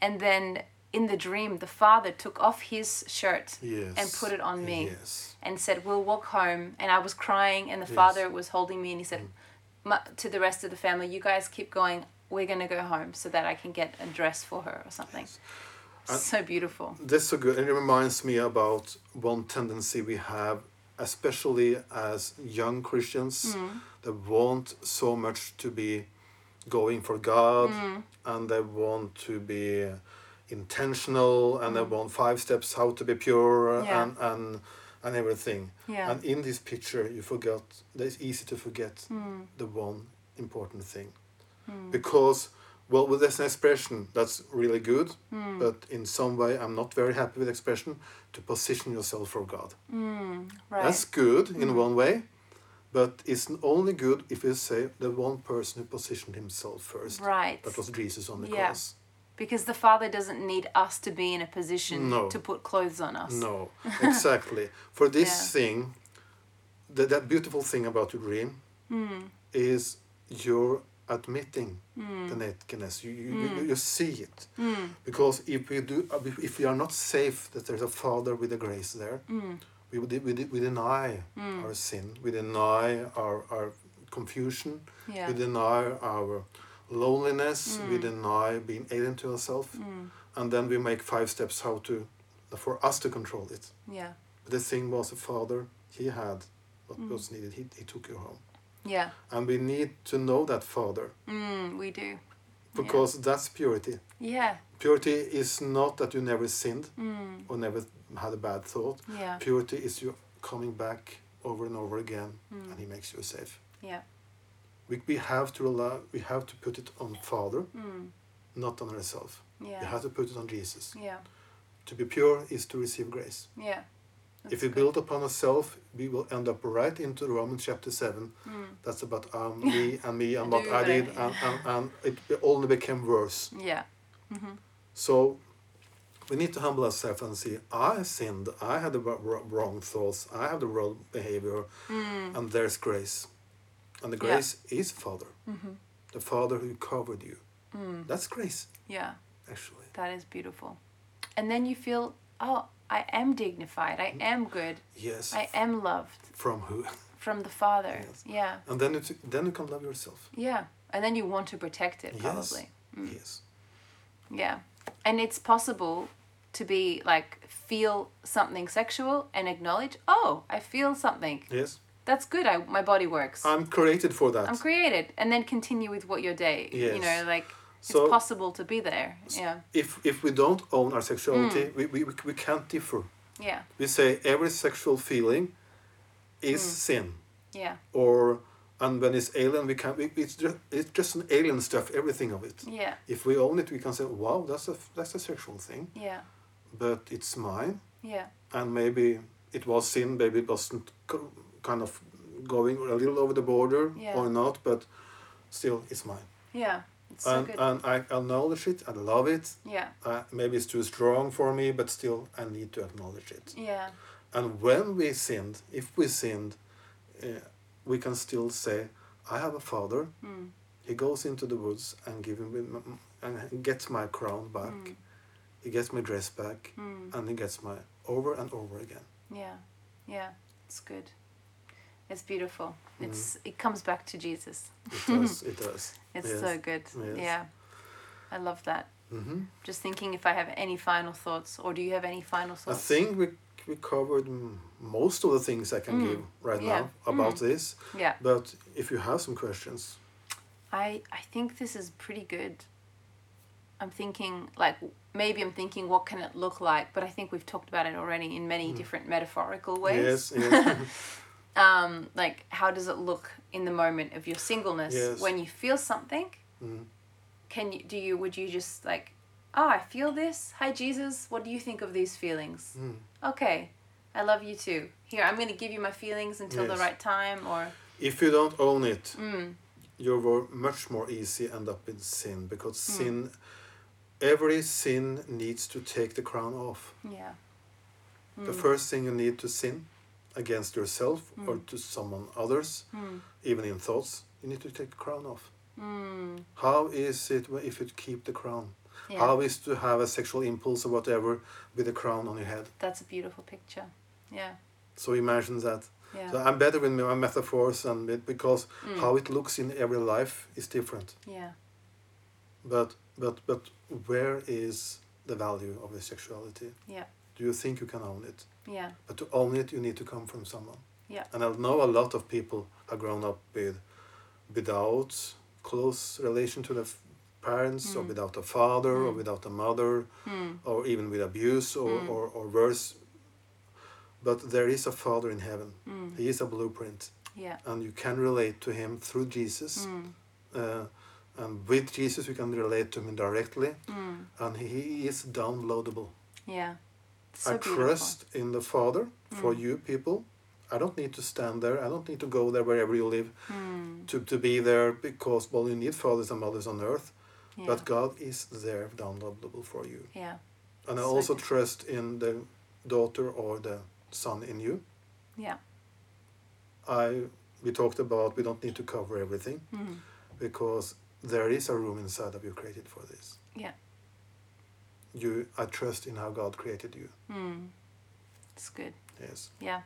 And then in the dream, the father took off his shirt Yes. and put it on me Yes. and said, we'll walk home. And I was crying, and the Yes. Mm. father was holding me, and he said "Ma- to the rest of the family, you guys keep going. We're gonna go home so that I can get a dress for her or something. so beautiful. That's so good. And it reminds me about one tendency we have, especially as young Christians Mm. that want so much to be going for God Mm. and they want to be intentional and they want five steps how to be pure Mm. Yeah. and, and and everything. Yeah. And in this picture you forgot it's easy to forget Hmm. the one important thing. Because well with this expression that's really good, Hmm. but in some way I'm not very happy with expression to position yourself for God. Right. Hmm. That's good in one way, but it's n- only good if you say the one person who positioned himself first. right. That was Jesus on the Yeah. cross. Because the Father doesn't need us to be in a position No. to put clothes on us. No, exactly. For this Yeah. thing, that, that beautiful thing about your dream is you're admitting the nakedness. You, you, you, you see it. Because if we do, uh, if we are not safe that there's a Father with a grace there, we, would- we, we deny our sin, we deny our, our confusion, Yeah. we deny our loneliness, we deny being alien to ourselves, and then we make five steps how to for us to control it. Yeah. The thing was the father he had what was needed. He, he took you home. Yeah. And we need to know that Father Mm, we do. because that's purity. Yeah. Purity is not that you never sinned Mm. or never had a bad thought. Yeah. Purity is you coming back over and over again, Mm. and He makes you safe. Yeah. We, we have to allow. We have to put it on Father, not on ourselves. We Mm. Yeah. have to put it on Jesus. Yeah. To be pure is to receive grace. Yeah. if we build upon ourselves, we will end up right into Romans chapter 7. That's about um, me and me and And what Mm. do I what I- did, and, and, and it be- only became worse. Yeah. So we need to humble ourselves and see I sinned, I had the wr- wr- wrong thoughts, I have the wrong behavior, and there's grace. And the Mm. Yeah. Mm-hmm. grace is Father, the Father who covered you. Mm. That's grace, Yeah. actually. That is beautiful. And then you feel, oh, I am dignified. I am good. Yes, I am loved from who? from the Father. Yes. Yeah. And then, it's, then you can love yourself. Yeah. And then you want to protect it, Yes. probably. Mm. Yes. Yeah. And it's possible to be like, feel something sexual and acknowledge, oh, I feel something. Yes. That's good. I, my body works. I'm created for that. I'm created. And then continue with what your day, you know, Yes. like, So- it's possible to be there. Yeah. if if we don't own our sexuality, Mm. we, we, we- we can't differ. Yeah. We say every sexual feeling is Mm. sin, Yeah. or and when it's alien, we can we, it's just it's just an alien stuff. Everything of it. Yeah. If we own it, we can say, "Wow, that's a that's a sexual thing," Yeah. but it's mine, Yeah. and maybe it was sin, maybe it wasn't co- kind of going a little over the border Yeah. or not, but still, it's mine. Yeah. It's so and uh, good. and I acknowledge it, I love it, yeah. uh, maybe it's too strong for me, but still I need to acknowledge it. Yeah. And when we sinned, if we sinned, uh, we can still say, "I have a father. mm, He goes into the woods and give him m- m- and gets my crown back. Mm. He gets my dress back, and he gets my over and over again." Yeah, yeah, it's good. It's beautiful. Mm. It's it comes back to Jesus. It does. it does. It's Yes. so good. Yes. Yeah, I love that. Mhm. Just thinking if I have any final thoughts, or do you have any final I thoughts? think we we covered mm, most of the things I can give right Mm. Yeah. Mm. now about this. yeah, But if you have some questions, I I think this is pretty good. I'm thinking like maybe I'm thinking what can it look like, but I think we've talked about it already in many different metaphorical ways. Mm. yes, yes. um, like how does it look in the moment of your singleness Yes. Mm. when you feel something can you do you would you just like oh i feel this hi jesus what do you think of these feelings Mm. okay i love you too here i'm going to give you my feelings until Yes. the right time or if you don't own it, Mm. you will much more easy end up in sin because Mm. sin, every sin needs to take the crown off. yeah The Mm. first thing you need to sin against yourself or to someone others, Mm. even in thoughts, you need to take the crown off. How is it wh- if you keep the crown? Mm. Yeah. How is to have a sexual impulse or whatever with a crown on your head? that's a beautiful picture yeah So imagine that. yeah Mm. So I'm better with my metaphors and with, because how it looks in every life is different. yeah But but but where is the value of the sexuality? yeah Do you think you can own it? yeah But to own it, you need to come from someone. Yeah. And I know a lot of people are grown up with without close relation to the f- parents or without a father or without a mother Hmm, or even with abuse or, or, or worse. But there is a father in heaven. He is a blueprint yeah Hmm, and you can relate to him through Jesus. Mm. Uh, and with Jesus, you can relate to him directly, and he is downloadable. hmm, yeah so I beautiful Mm. trust in the Father for you people. I don't need to stand there. I don't need to go there wherever you live Hmm, to, to be there because, well, you need fathers and mothers on earth, yeah but God is there, downloadable for you. yeah And I So also good. trust in the daughter or the son in you. yeah I we talked about we don't need to cover everything Hmm, because there is a room inside of you created for this. yeah You I trust in how God created you. it's good Yes. Yeah.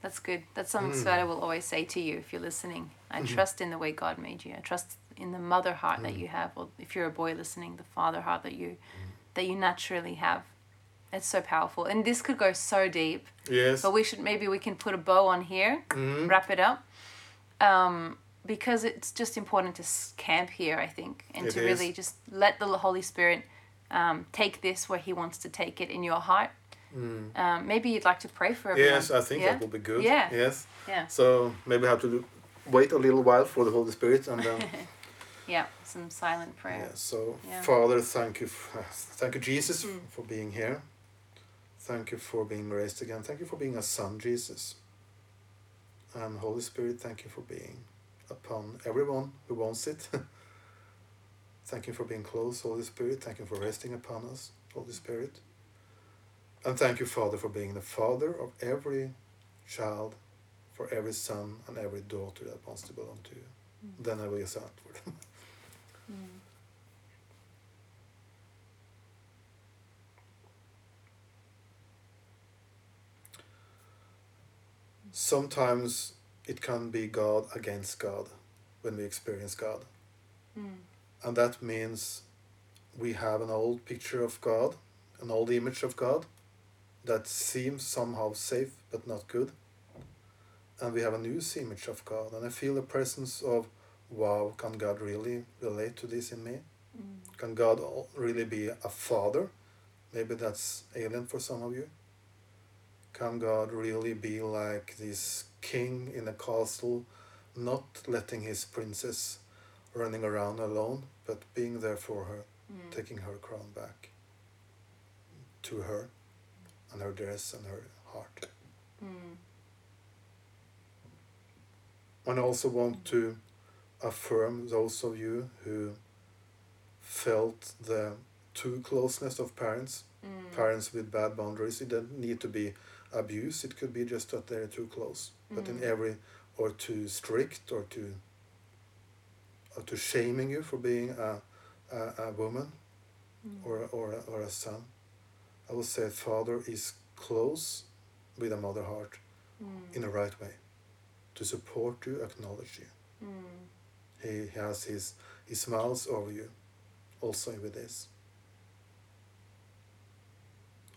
That's good. That's something Sveta will always say to you if you're listening. I trust in the way God made you. I trust in the mother heart that you have, or if you're a boy listening, the father heart that you that you naturally have. It's so powerful. And this could go so deep. Yes. But we should maybe we can put a bow on here, Mm-hmm. wrap it up, um, because it's just important to s- camp here, I think, and It to really is. just let the Holy Spirit um, take this where He wants to take it in your heart. Um, maybe you'd like to pray for everyone. Mm. Yes, I think yeah? that will be good. Yeah. Yes. Yeah, So maybe I have to do, wait a little while for the Holy Spirit and uh, then. yeah, some silent prayer. Yeah, so Yeah. Mm. Father, thank you, f- thank you, Jesus, f- for being here. Thank you for being raised again. Thank you for being a son, Jesus. And Holy Spirit, thank you for being upon everyone who wants it. thank you for being close, Holy Spirit. Thank you for resting upon us, Holy Spirit. And thank you, Father, for being the father of every child, for every son and every daughter that wants to belong to you. Mm. Then I will yes outward. sometimes it can be God against God when we experience God. And that means we have an old picture of God, an old image of God that seems somehow safe but not good. And we have a new image of God. And I feel the presence of, wow, can God really relate to this in me? Can God al- really be a father? Maybe that's alien for some of you can God really be like this king in a castle, not letting his princess running around alone, but being there for her, taking her crown back to her and her dress and her heart? And I also want to affirm those of you who felt the too closeness of parents, parents with bad boundaries. It doesn't need to be abuse, it could be just that they're too close. But in every, or too strict, or too, or too shaming you for being a, a, a woman or, a- or, a- or a son. I would say father is close with a mother heart in the right way to support you, acknowledge you. He has his he smiles over you, also with this.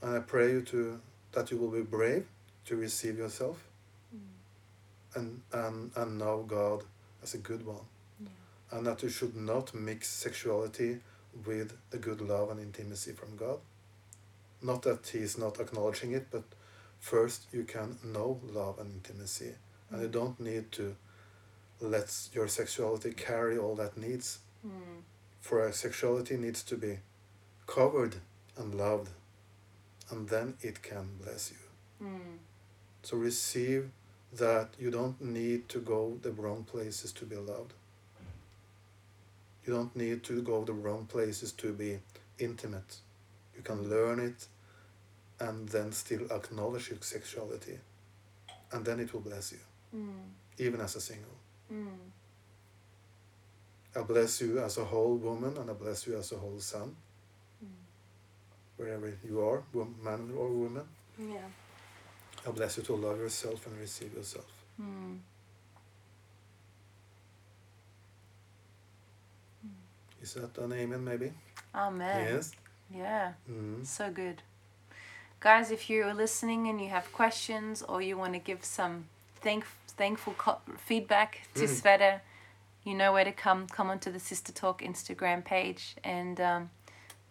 And I pray you to that you will be brave to receive yourself, and and and know God as a good one, and that you should not mix sexuality with the good love and intimacy from God. Not that He is not acknowledging it, but first you can know love and intimacy, and you don't need to let s- your sexuality carry all that needs. For our sexuality needs to be covered and loved, and then it can bless you. So receive that you don't need to go the wrong places to be loved. You don't need to go the wrong places to be intimate. You can learn it and then still acknowledge your sexuality, and then it will bless you, Mm. even as a single. I bless you as a whole woman and I bless you as a whole son. Wherever you are, wom- man or woman, Yeah. I bless you to love yourself and receive yourself. Mm. Is that an amen, maybe? Amen. Yes. Yeah. Mm. So good. Guys, if you're listening and you have questions or you want to give some thank- thankful co- feedback to Mm. Sveta, you know where to come. Come onto the Sister Talk Instagram page. And um,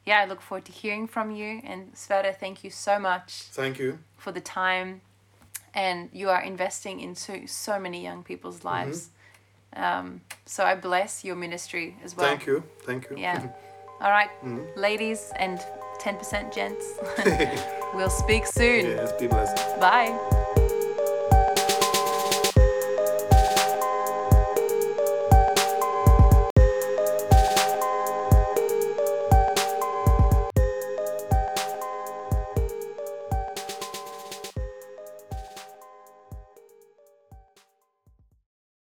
yeah, I look forward to hearing from you. And Sveta, thank you so much Thank you. for the time. And you are investing in so, so many young Mm-hmm. people's lives. Um, so I bless your ministry as well. Thank you. Thank you. Mm-hmm. Yeah. All right, ladies and 10% gents. we'll speak soon. yes, be blessed. Bye.